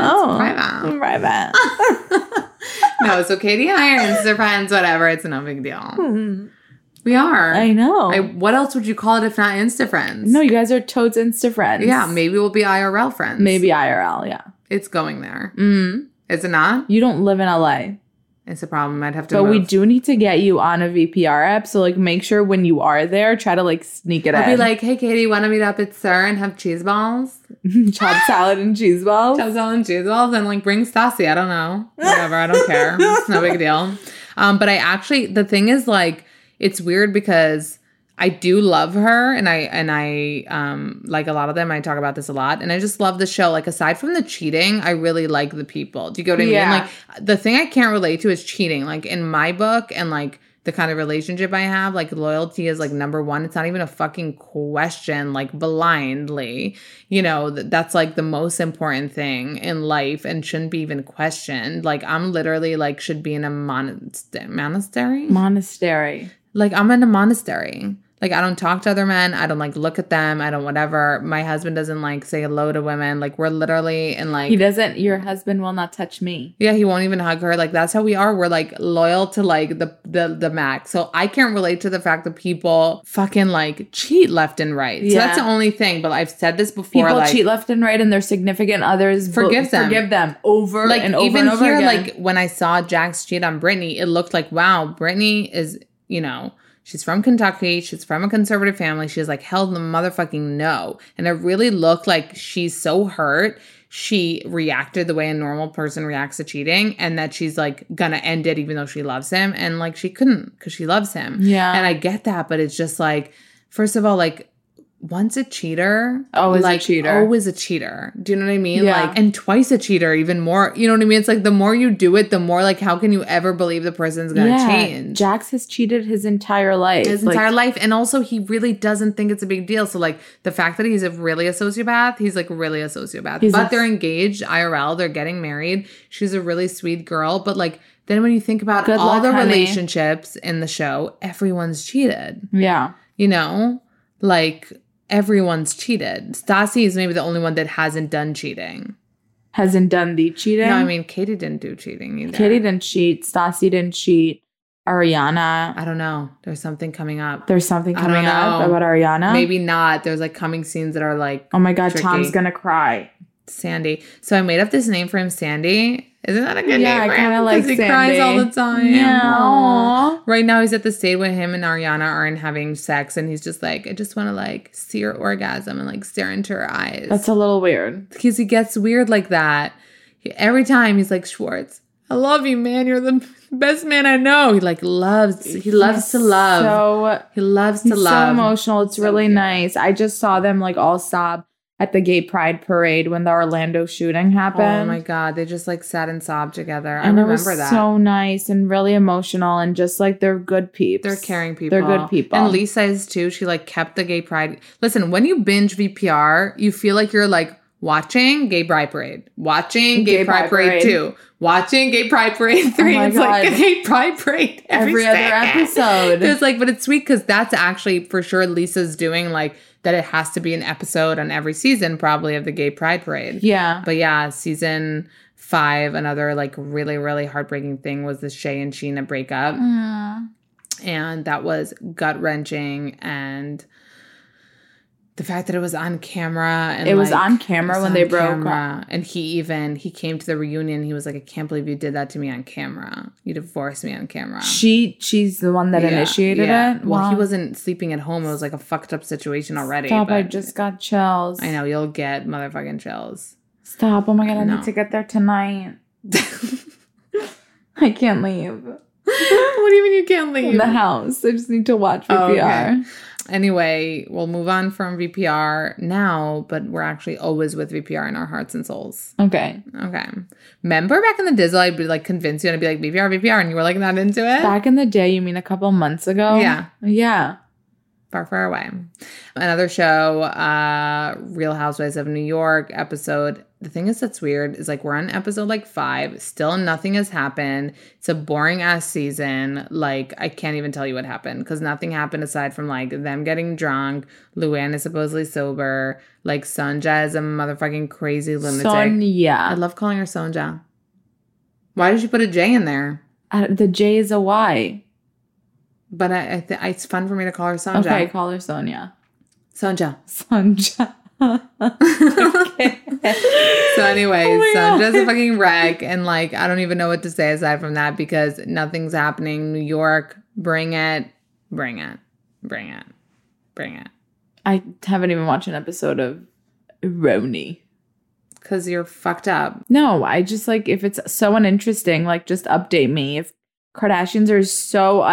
Speaker 2: Private.
Speaker 3: Oh, private.
Speaker 2: *laughs* no, so Katie and I are instant friends, whatever. It's no big deal. We are.
Speaker 3: Hmm. I know.
Speaker 2: I- what else would you call it if not Insta friends?
Speaker 3: no, you guys are toads insta friends.
Speaker 2: Yeah, maybe we'll be IRL friends.
Speaker 3: Maybe IRL. Yeah.
Speaker 2: It's going there.
Speaker 3: Mm.
Speaker 2: Is it not?
Speaker 3: You don't live in LA,
Speaker 2: It's a problem. I'd have to
Speaker 3: but we
Speaker 2: move.
Speaker 3: do need to get you on a VPR app. So like, make sure when you are there, try to like sneak it
Speaker 2: I'll
Speaker 3: in. *laughs*
Speaker 2: be like, hey, Katie, want to meet up at Sir and have cheese balls? "Ah!"
Speaker 3: chopped salad and cheese balls.
Speaker 2: Chow Zell and cheese balls and like bring Stassi. I don't know. Whatever. I don't care. It's no big deal. Um, but I actually the thing is like it's weird because I do love her and I and I um like a lot of them I talk about this a lot and I just love the show. Like aside from the cheating, I really like the people. Do you get what I
Speaker 3: Yeah.
Speaker 2: mean? Like the thing I can't relate to is cheating. Like in my book and like the kind of relationship I have, like loyalty is like number one. It's not even a fucking question, like blindly. You know, th- that's like the most important thing in life and shouldn't be even questioned. Like, I'm literally like, should be in a monast- monastery.
Speaker 3: Monastery.
Speaker 2: like, I'm in a monastery. Like, I don't talk to other men. I don't like look at them. I don't whatever. My husband doesn't like say hello to women. Like, we're literally in like.
Speaker 3: He doesn't. Your husband will not touch me.
Speaker 2: Yeah, he won't even hug her. Like that's how we are. We're like loyal to like the the the max. So I can't relate to the fact that people fucking like cheat left and right. So that's the
Speaker 3: Yeah.
Speaker 2: only thing. But I've said this before.
Speaker 3: People
Speaker 2: like,
Speaker 3: cheat left and right, and their significant others bo-
Speaker 2: Forgive them.
Speaker 3: Forgive them over
Speaker 2: like
Speaker 3: and over
Speaker 2: even
Speaker 3: and over
Speaker 2: here,
Speaker 3: again.
Speaker 2: like when I saw Jax cheat on Brittany, it looked like wow, Brittany is you know she's from Kentucky, she's from a conservative family, she's like hell the motherfucking no, and it really looked like she's so hurt. She reacted the way a normal person reacts to cheating, and that she's like gonna end it even though she loves him, and like she couldn't because she loves him.
Speaker 3: Yeah.
Speaker 2: and I get that, but it's just like first of all, like once a cheater,
Speaker 3: Always a
Speaker 2: like,
Speaker 3: cheater.
Speaker 2: always a cheater. Do you know what I mean?
Speaker 3: Yeah.
Speaker 2: Like, and twice a cheater, even more. You know what I mean? It's like the more you do it, the more like, how can you ever believe the person's gonna change?
Speaker 3: Jax has cheated his entire life.
Speaker 2: his
Speaker 3: Like,
Speaker 2: entire life and also he really doesn't think it's a big deal so like the fact that he's a really a sociopath he's like really a sociopath
Speaker 3: He's
Speaker 2: but
Speaker 3: a-
Speaker 2: they're engaged IRL they're getting married she's a really sweet girl but like then when you think about
Speaker 3: Good
Speaker 2: all
Speaker 3: luck,
Speaker 2: the
Speaker 3: honey.
Speaker 2: relationships in the show everyone's cheated
Speaker 3: Yeah.
Speaker 2: you know like everyone's cheated Stassi is maybe the only one that hasn't done cheating
Speaker 3: Hasn't done the cheating.
Speaker 2: no I mean Katie didn't do cheating either
Speaker 3: Katie didn't cheat. Stassi didn't cheat. Ariana.
Speaker 2: I don't know there's something coming up
Speaker 3: There's something
Speaker 2: I don't
Speaker 3: coming up
Speaker 2: know.
Speaker 3: about Ariana.
Speaker 2: maybe not there's like coming scenes that are like
Speaker 3: Oh my God,
Speaker 2: Tricky.
Speaker 3: Tom's gonna cry.
Speaker 2: Sandy. So I made up this name for him, Sandy. Isn't that a good
Speaker 3: Yeah, I
Speaker 2: name? for him?
Speaker 3: kinda like
Speaker 2: 'Cause he cries
Speaker 3: Sandy.
Speaker 2: all the time.
Speaker 3: Aw.
Speaker 2: Right now he's at the stage where him and Ariana aren't having sex and he's just like, I just want to like see her orgasm and like stare into her eyes.
Speaker 3: That's a little weird.
Speaker 2: because he gets weird like that. He- Every time he's like, Schwartz, I love you, man. You're the *laughs* best man I know. He like loves he loves to love.
Speaker 3: So
Speaker 2: he loves to
Speaker 3: He's so
Speaker 2: love.
Speaker 3: emotional. It's really nice. I just saw them like all sob at the gay pride parade when the Orlando shooting happened.
Speaker 2: oh my god. They just like sat and sobbed together. I
Speaker 3: And
Speaker 2: remember
Speaker 3: it was
Speaker 2: that.
Speaker 3: so nice and really emotional and just like they're good peeps.
Speaker 2: They're caring people.
Speaker 3: They're good people.
Speaker 2: And Lisa is too. She like kept the gay pride. Listen, when you binge VPR, you feel like you're like watching Gay Pride Parade, watching Gay,
Speaker 3: Gay
Speaker 2: Pride,
Speaker 3: Pride
Speaker 2: Parade,
Speaker 3: Parade. Oh
Speaker 2: 2, watching Gay Pride Parade 3.
Speaker 3: my
Speaker 2: it's like
Speaker 3: God.
Speaker 2: a Gay Pride Parade every,
Speaker 3: every other
Speaker 2: second. *laughs*
Speaker 3: episode.
Speaker 2: It's like, but it's sweet because that's actually for sure Lisa's doing like that it has to be an episode on every season, probably of the Gay Pride Parade.
Speaker 3: yeah.
Speaker 2: But yeah, season five, another like really, really heartbreaking thing was the Shay and Sheena breakup and that was gut wrenching and the fact that it was on camera and
Speaker 3: It was
Speaker 2: like,
Speaker 3: on
Speaker 2: it
Speaker 3: camera
Speaker 2: was
Speaker 3: when
Speaker 2: on
Speaker 3: they broke
Speaker 2: and he even he came to the reunion he was like i can't believe you did that to me on camera you divorced me on camera
Speaker 3: She she's the one that
Speaker 2: Yeah,
Speaker 3: initiated
Speaker 2: yeah.
Speaker 3: it.
Speaker 2: well he
Speaker 3: Wow.
Speaker 2: wasn't sleeping at home it was like a fucked up situation already
Speaker 3: Stop, I
Speaker 2: but
Speaker 3: just got chills.
Speaker 2: i know you'll get motherfucking chills *laughs*
Speaker 3: Stop. Oh my god, I
Speaker 2: No.
Speaker 3: need to get there tonight. *laughs* I can't leave.
Speaker 2: *laughs* what do you mean you can't
Speaker 3: In
Speaker 2: leave
Speaker 3: the house. I just need to watch
Speaker 2: Oh, okay.
Speaker 3: VPR.
Speaker 2: anyway we'll move on from vpr now but we're actually always with vpr in our hearts and souls
Speaker 3: Okay.
Speaker 2: Okay. Remember back in the Dizzle, I'd be like convince you and I'd be like VPR, VPR, and you were like not into it?
Speaker 3: Back in the day, you mean a couple months ago?
Speaker 2: Eh. Yeah.
Speaker 3: Yeah.
Speaker 2: Far, far away. Another show, uh, Real Housewives of New York episode. The thing is that's weird is like we're on episode like five, still nothing has happened. It's a boring ass season. Like, I can't even tell you what happened because nothing happened aside from like them getting drunk. Luann is supposedly sober. Like, Sonja is a motherfucking crazy lunatic. I
Speaker 3: Sonia.
Speaker 2: love calling her Sonja. Why did she put a J in there?
Speaker 3: Uh, the J is a Y.
Speaker 2: But I, I th- it's fun for me to call her Sonja.
Speaker 3: Okay, call her Sonia.
Speaker 2: Sonja.
Speaker 3: Sonja. *laughs*
Speaker 2: *laughs* So, anyways,
Speaker 3: Oh my
Speaker 2: Sonja's a
Speaker 3: God.
Speaker 2: fucking wreck, and like I don't even know what to say aside from that because nothing's happening. New York, bring it, bring it, bring it, bring it.
Speaker 3: I haven't even watched an episode of Roni.
Speaker 2: Cause you're fucked up.
Speaker 3: No, I just like if it's so uninteresting, like just update me. If Kardashians are so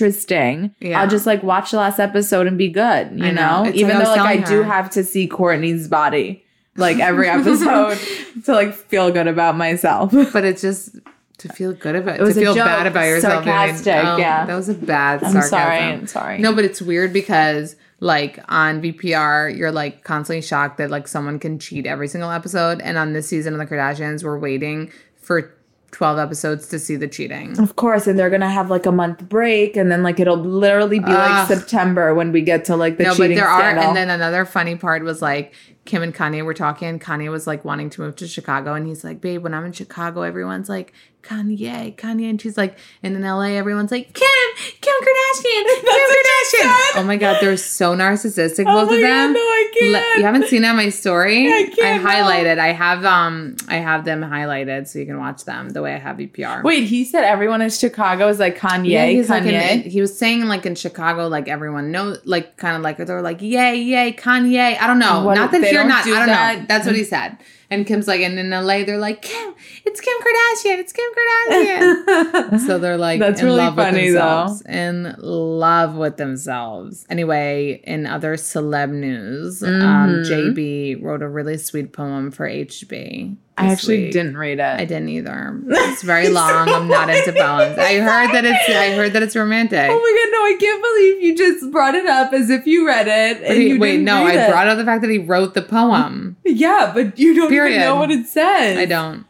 Speaker 3: uninteresting,
Speaker 2: Yeah.
Speaker 3: I'll just like watch the last episode and be good, you
Speaker 2: I know.
Speaker 3: know?
Speaker 2: It's like
Speaker 3: Even
Speaker 2: I was
Speaker 3: though like I
Speaker 2: telling
Speaker 3: do
Speaker 2: her.
Speaker 3: have to see Courtney's body like
Speaker 2: *laughs*
Speaker 3: every episode to like feel good about myself.
Speaker 2: But it's just to feel good about. It
Speaker 3: was
Speaker 2: to
Speaker 3: a
Speaker 2: feel
Speaker 3: joke.
Speaker 2: bad about yourself. I mean, oh,
Speaker 3: Sarcastic, yeah.
Speaker 2: That was a bad.
Speaker 3: I'm
Speaker 2: sarcasm.
Speaker 3: sorry. I'm sorry.
Speaker 2: No, but it's weird because like on VPR, you're like constantly shocked that like someone can cheat every single episode. And on this season of the Kardashians, we're waiting for 12 episodes to see the cheating.
Speaker 3: Of course, and they're gonna have like a month break, and then like it'll literally be
Speaker 2: Ugh.
Speaker 3: like September when we get to like the
Speaker 2: No, but
Speaker 3: cheating
Speaker 2: there are.
Speaker 3: scandal. *laughs*
Speaker 2: And then another funny part was like Kim and Kanye were talking. and Kanye was like wanting to move to Chicago, and he's like, "Babe, when I'm in Chicago, everyone's like Kanye, Kanye," and she's like, "And in LA, everyone's like Kim, Kim Kardashian,
Speaker 3: *laughs*
Speaker 2: Kim Kardashian." Oh my god, they're so narcissistic, both
Speaker 3: Oh my
Speaker 2: of
Speaker 3: God,
Speaker 2: them.
Speaker 3: no, I
Speaker 2: Le-
Speaker 3: can't.
Speaker 2: you haven't seen that my story?
Speaker 3: I can't, no.
Speaker 2: highlighted. I have um, I have them highlighted so you can watch them the way I have E VPR.
Speaker 3: Wait, he said everyone in Chicago is like Kanye.
Speaker 2: Yeah, he's like
Speaker 3: Kanye.
Speaker 2: in-
Speaker 3: *laughs*
Speaker 2: he was saying like in Chicago, like everyone knows, like kind of like they're like, yay, yay, Kanye. I don't know.
Speaker 3: What-
Speaker 2: not that here,
Speaker 3: they don't
Speaker 2: not.
Speaker 3: do
Speaker 2: I don't know.
Speaker 3: that? Mm.
Speaker 2: That's what he said. And Kim's like, and in LA, they're like, Kim, it's Kim Kardashian, it's Kim
Speaker 3: *laughs*
Speaker 2: Kardashian. so they're like,
Speaker 3: That's
Speaker 2: in
Speaker 3: really
Speaker 2: love with
Speaker 3: funny, though.
Speaker 2: themselves. In love with themselves. Anyway, in other celeb news, um,
Speaker 3: Mhm.
Speaker 2: JB wrote a really sweet poem for HB.
Speaker 3: I
Speaker 2: this
Speaker 3: actually
Speaker 2: week.
Speaker 3: didn't read it.
Speaker 2: I didn't
Speaker 3: *laughs*
Speaker 2: either. It's very long. I'm not into poems. I heard that it's. I heard that it's romantic.
Speaker 3: Oh my god, no, I can't believe you just brought it up as if you read it.
Speaker 2: But
Speaker 3: And
Speaker 2: he-
Speaker 3: you
Speaker 2: wait,
Speaker 3: didn't
Speaker 2: no,
Speaker 3: read
Speaker 2: I
Speaker 3: it.
Speaker 2: brought up the fact that he wrote the poem.
Speaker 3: Yeah, but you don't
Speaker 2: Period.
Speaker 3: even know what it says.
Speaker 2: I don't.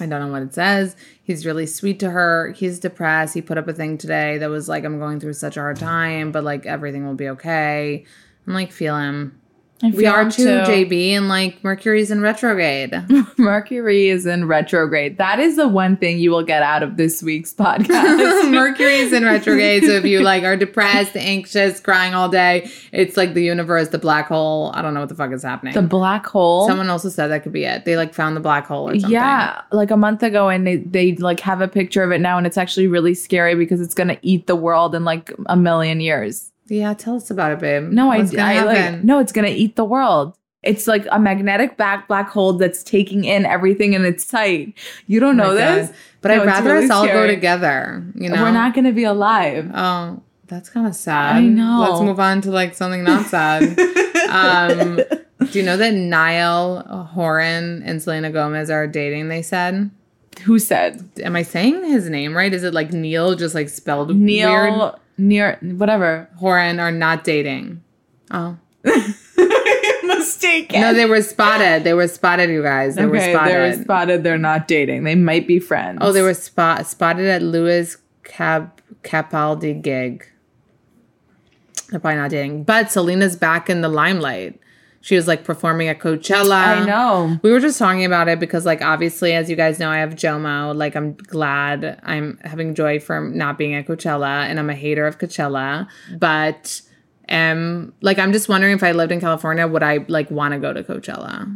Speaker 2: I don't know what it says. He's really sweet to her. He's depressed. He put up a thing today that was like, "I'm going through such a hard time, but like everything will be okay." I'm like, feel him.
Speaker 3: I
Speaker 2: We
Speaker 3: feel
Speaker 2: are
Speaker 3: him
Speaker 2: too, JB, and like Mercury's in retrograde.
Speaker 3: *laughs* Mercury is in retrograde. That is the one thing you will get out of this
Speaker 2: *laughs*
Speaker 3: week's podcast.
Speaker 2: Mercury's in retrograde, so if you like are depressed, anxious, crying all day, it's like the universe, the black hole. I don't know what the fuck is happening.
Speaker 3: the black hole.
Speaker 2: Someone also said that could be it. They like found the black hole or something.
Speaker 3: yeah, like a month ago, and they, they like have a picture of it now, and it's actually really scary because it's gonna eat the world in like a million years.
Speaker 2: Yeah, tell us about it, babe.
Speaker 3: No, I,
Speaker 2: What's gonna
Speaker 3: I like,
Speaker 2: happen?
Speaker 3: no, it's gonna eat the world. It's like a magnetic back black hole that's taking in everything in its sight. You don't
Speaker 2: Oh
Speaker 3: know
Speaker 2: my
Speaker 3: this,
Speaker 2: God. But
Speaker 3: No,
Speaker 2: I'd
Speaker 3: it's
Speaker 2: rather
Speaker 3: really
Speaker 2: us all go
Speaker 3: scary.
Speaker 2: together. You know,
Speaker 3: We're not gonna be alive.
Speaker 2: Oh, that's kind of sad.
Speaker 3: I know.
Speaker 2: Let's move on to like something not
Speaker 3: *laughs*
Speaker 2: sad. um, do you know that Niall Horan and Selena Gomez are dating? They said.
Speaker 3: Who said
Speaker 2: Am I saying his name right? Is it like Neil, just like spelled weird?
Speaker 3: Neil? Near
Speaker 2: *laughs*
Speaker 3: whatever.
Speaker 2: Horan are not dating. Oh
Speaker 3: Mistaken.
Speaker 2: no, they were spotted. They were spotted, you guys. They were spotted.
Speaker 3: they were spotted. They're not dating. They might be friends.
Speaker 2: Oh, they were spot spotted at Louis Cap Capaldi gig. They're probably not dating, but Selena's back in the limelight. She was like performing at Coachella.
Speaker 3: I know.
Speaker 2: We were just talking about it because, like, obviously, as you guys know, I have Jomo. Like, I'm glad I'm having joy from not being at Coachella, and I'm a hater of Coachella. But, um, like, I'm just wondering if I lived in California, would I like want to go to Coachella?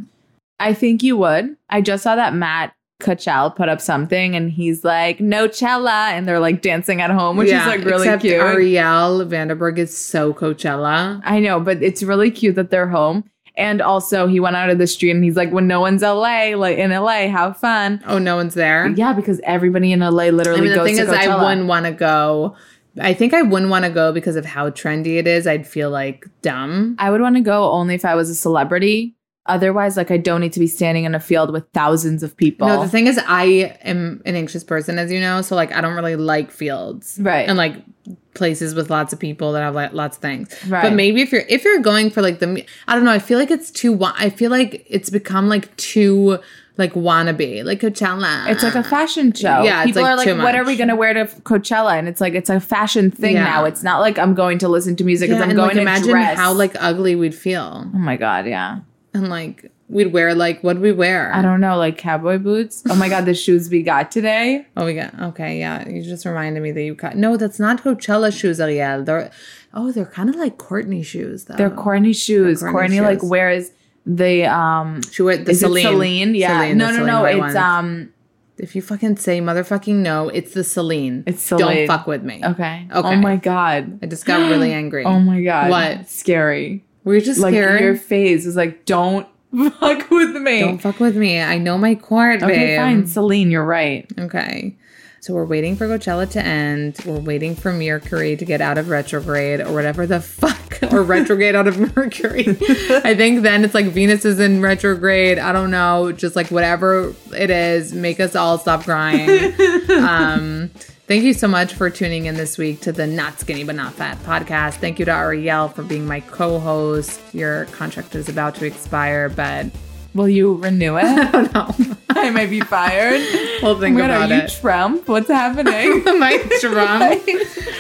Speaker 3: I think you would. I just saw that Matt Kachal put up something, and he's like, "No Cella," and they're like dancing at home, which
Speaker 2: Yeah,
Speaker 3: is like really
Speaker 2: except
Speaker 3: cute.
Speaker 2: Ariel Vanderberg is so Coachella.
Speaker 3: I know, but it's really cute that they're home. And also, he went out of the street, and he's like, "When no one's LA, like in LA, have fun."
Speaker 2: Oh, no one's there.
Speaker 3: Yeah, because everybody in LA
Speaker 2: I
Speaker 3: literally
Speaker 2: mean, the
Speaker 3: goes
Speaker 2: thing
Speaker 3: to
Speaker 2: is,
Speaker 3: Coachella.
Speaker 2: I wouldn't want to go. I think I wouldn't want to go because of how trendy it is. I'd feel like dumb.
Speaker 3: I would want to go only if I was a celebrity. Otherwise, like I don't need to be standing in a field with thousands of people.
Speaker 2: No, the thing is, I am an anxious person, as you know. So, like, I don't really like fields,
Speaker 3: Right.
Speaker 2: And like places with lots of people that have like lots of things.
Speaker 3: Right.
Speaker 2: But maybe if you're if you're going for like the, me- I don't know. I feel like it's too. wa- I feel like it's become like too like wannabe, like Coachella.
Speaker 3: It's like a fashion show.
Speaker 2: Yeah, it's,
Speaker 3: people
Speaker 2: like,
Speaker 3: are like,
Speaker 2: too
Speaker 3: "What are
Speaker 2: much."
Speaker 3: we gonna wear to Coachella?" And it's like it's a fashion thing
Speaker 2: Yeah.
Speaker 3: now. It's not like I'm going to listen to music.
Speaker 2: Yeah,
Speaker 3: it's I'm
Speaker 2: and,
Speaker 3: going
Speaker 2: like,
Speaker 3: to
Speaker 2: imagine
Speaker 3: dress.
Speaker 2: how like ugly we'd feel,
Speaker 3: oh my god, yeah.
Speaker 2: and like we'd wear like what would we wear?
Speaker 3: I don't know, like cowboy boots. Oh my god, the shoes we
Speaker 2: *laughs*
Speaker 3: got today.
Speaker 2: Oh, we got okay. Yeah, you just reminded me that you cut. No, that's not Coachella shoes, Ariel. They're oh, they're kind of like Courtney shoes though.
Speaker 3: They're corny shoes.
Speaker 2: Oh, They're
Speaker 3: Corny,
Speaker 2: corny
Speaker 3: like
Speaker 2: shoes.
Speaker 3: wears the um.
Speaker 2: She wear the
Speaker 3: is
Speaker 2: Celine.
Speaker 3: it Celine? Yeah.
Speaker 2: Celine,
Speaker 3: no,
Speaker 2: the
Speaker 3: no,
Speaker 2: Celine
Speaker 3: no.
Speaker 2: white
Speaker 3: It's
Speaker 2: ones.
Speaker 3: um.
Speaker 2: If you fucking say motherfucking no, it's the Celine.
Speaker 3: It's
Speaker 2: Don't
Speaker 3: Celine.
Speaker 2: fuck with me.
Speaker 3: Okay.
Speaker 2: Okay.
Speaker 3: Oh my god.
Speaker 2: I just got
Speaker 3: *gasps*
Speaker 2: really angry.
Speaker 3: Oh my god.
Speaker 2: What?
Speaker 3: Scary.
Speaker 2: We're just
Speaker 3: Like
Speaker 2: scared.
Speaker 3: your face is like, don't *laughs* fuck with me.
Speaker 2: Don't fuck with me. I know my court, babe.
Speaker 3: okay, fine, Celine. You're right.
Speaker 2: Okay. So we're waiting for Coachella to end. We're waiting for Mercury to get out of retrograde or whatever the fuck, *laughs* or retrograde out of *laughs* Mercury. I think then it's like Venus is in retrograde. I don't know. Just like whatever it is, make us all stop
Speaker 3: *laughs*
Speaker 2: crying. um, thank you so much for tuning in this week to the Not Skinny But Not Fat podcast. Thank you to Ariel for being my co host. Your contract is about to expire, but
Speaker 3: Will you renew
Speaker 2: *laughs* I
Speaker 3: it?
Speaker 2: don't know.
Speaker 3: *laughs* I might be fired.
Speaker 2: We'll think
Speaker 3: What
Speaker 2: about
Speaker 3: are you,
Speaker 2: it. *laughs*
Speaker 3: Trump? What's happening?
Speaker 2: my
Speaker 3: *laughs*
Speaker 2: drum.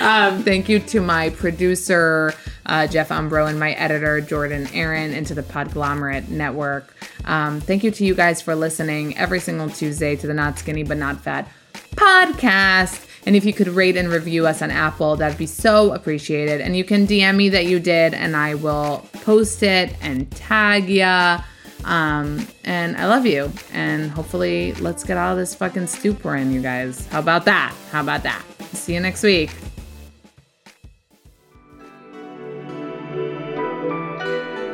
Speaker 2: um, thank you to my producer, uh, Jeff Umbro, and my editor, Jordan Aaron, and to the Podglomerate Network. Um, thank you to you guys for listening every single Tuesday to the Not Skinny But Not Fat podcast. And if you could rate and review us on Apple, that'd be so appreciated. And you can DM me that you did, and I will post it and tag ya. Um, and I love you. And hopefully, let's get out of this fucking stupor in, you guys. How about that? How about that? See you next week.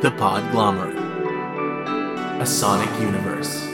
Speaker 4: The Podglomerate. a sonic universe.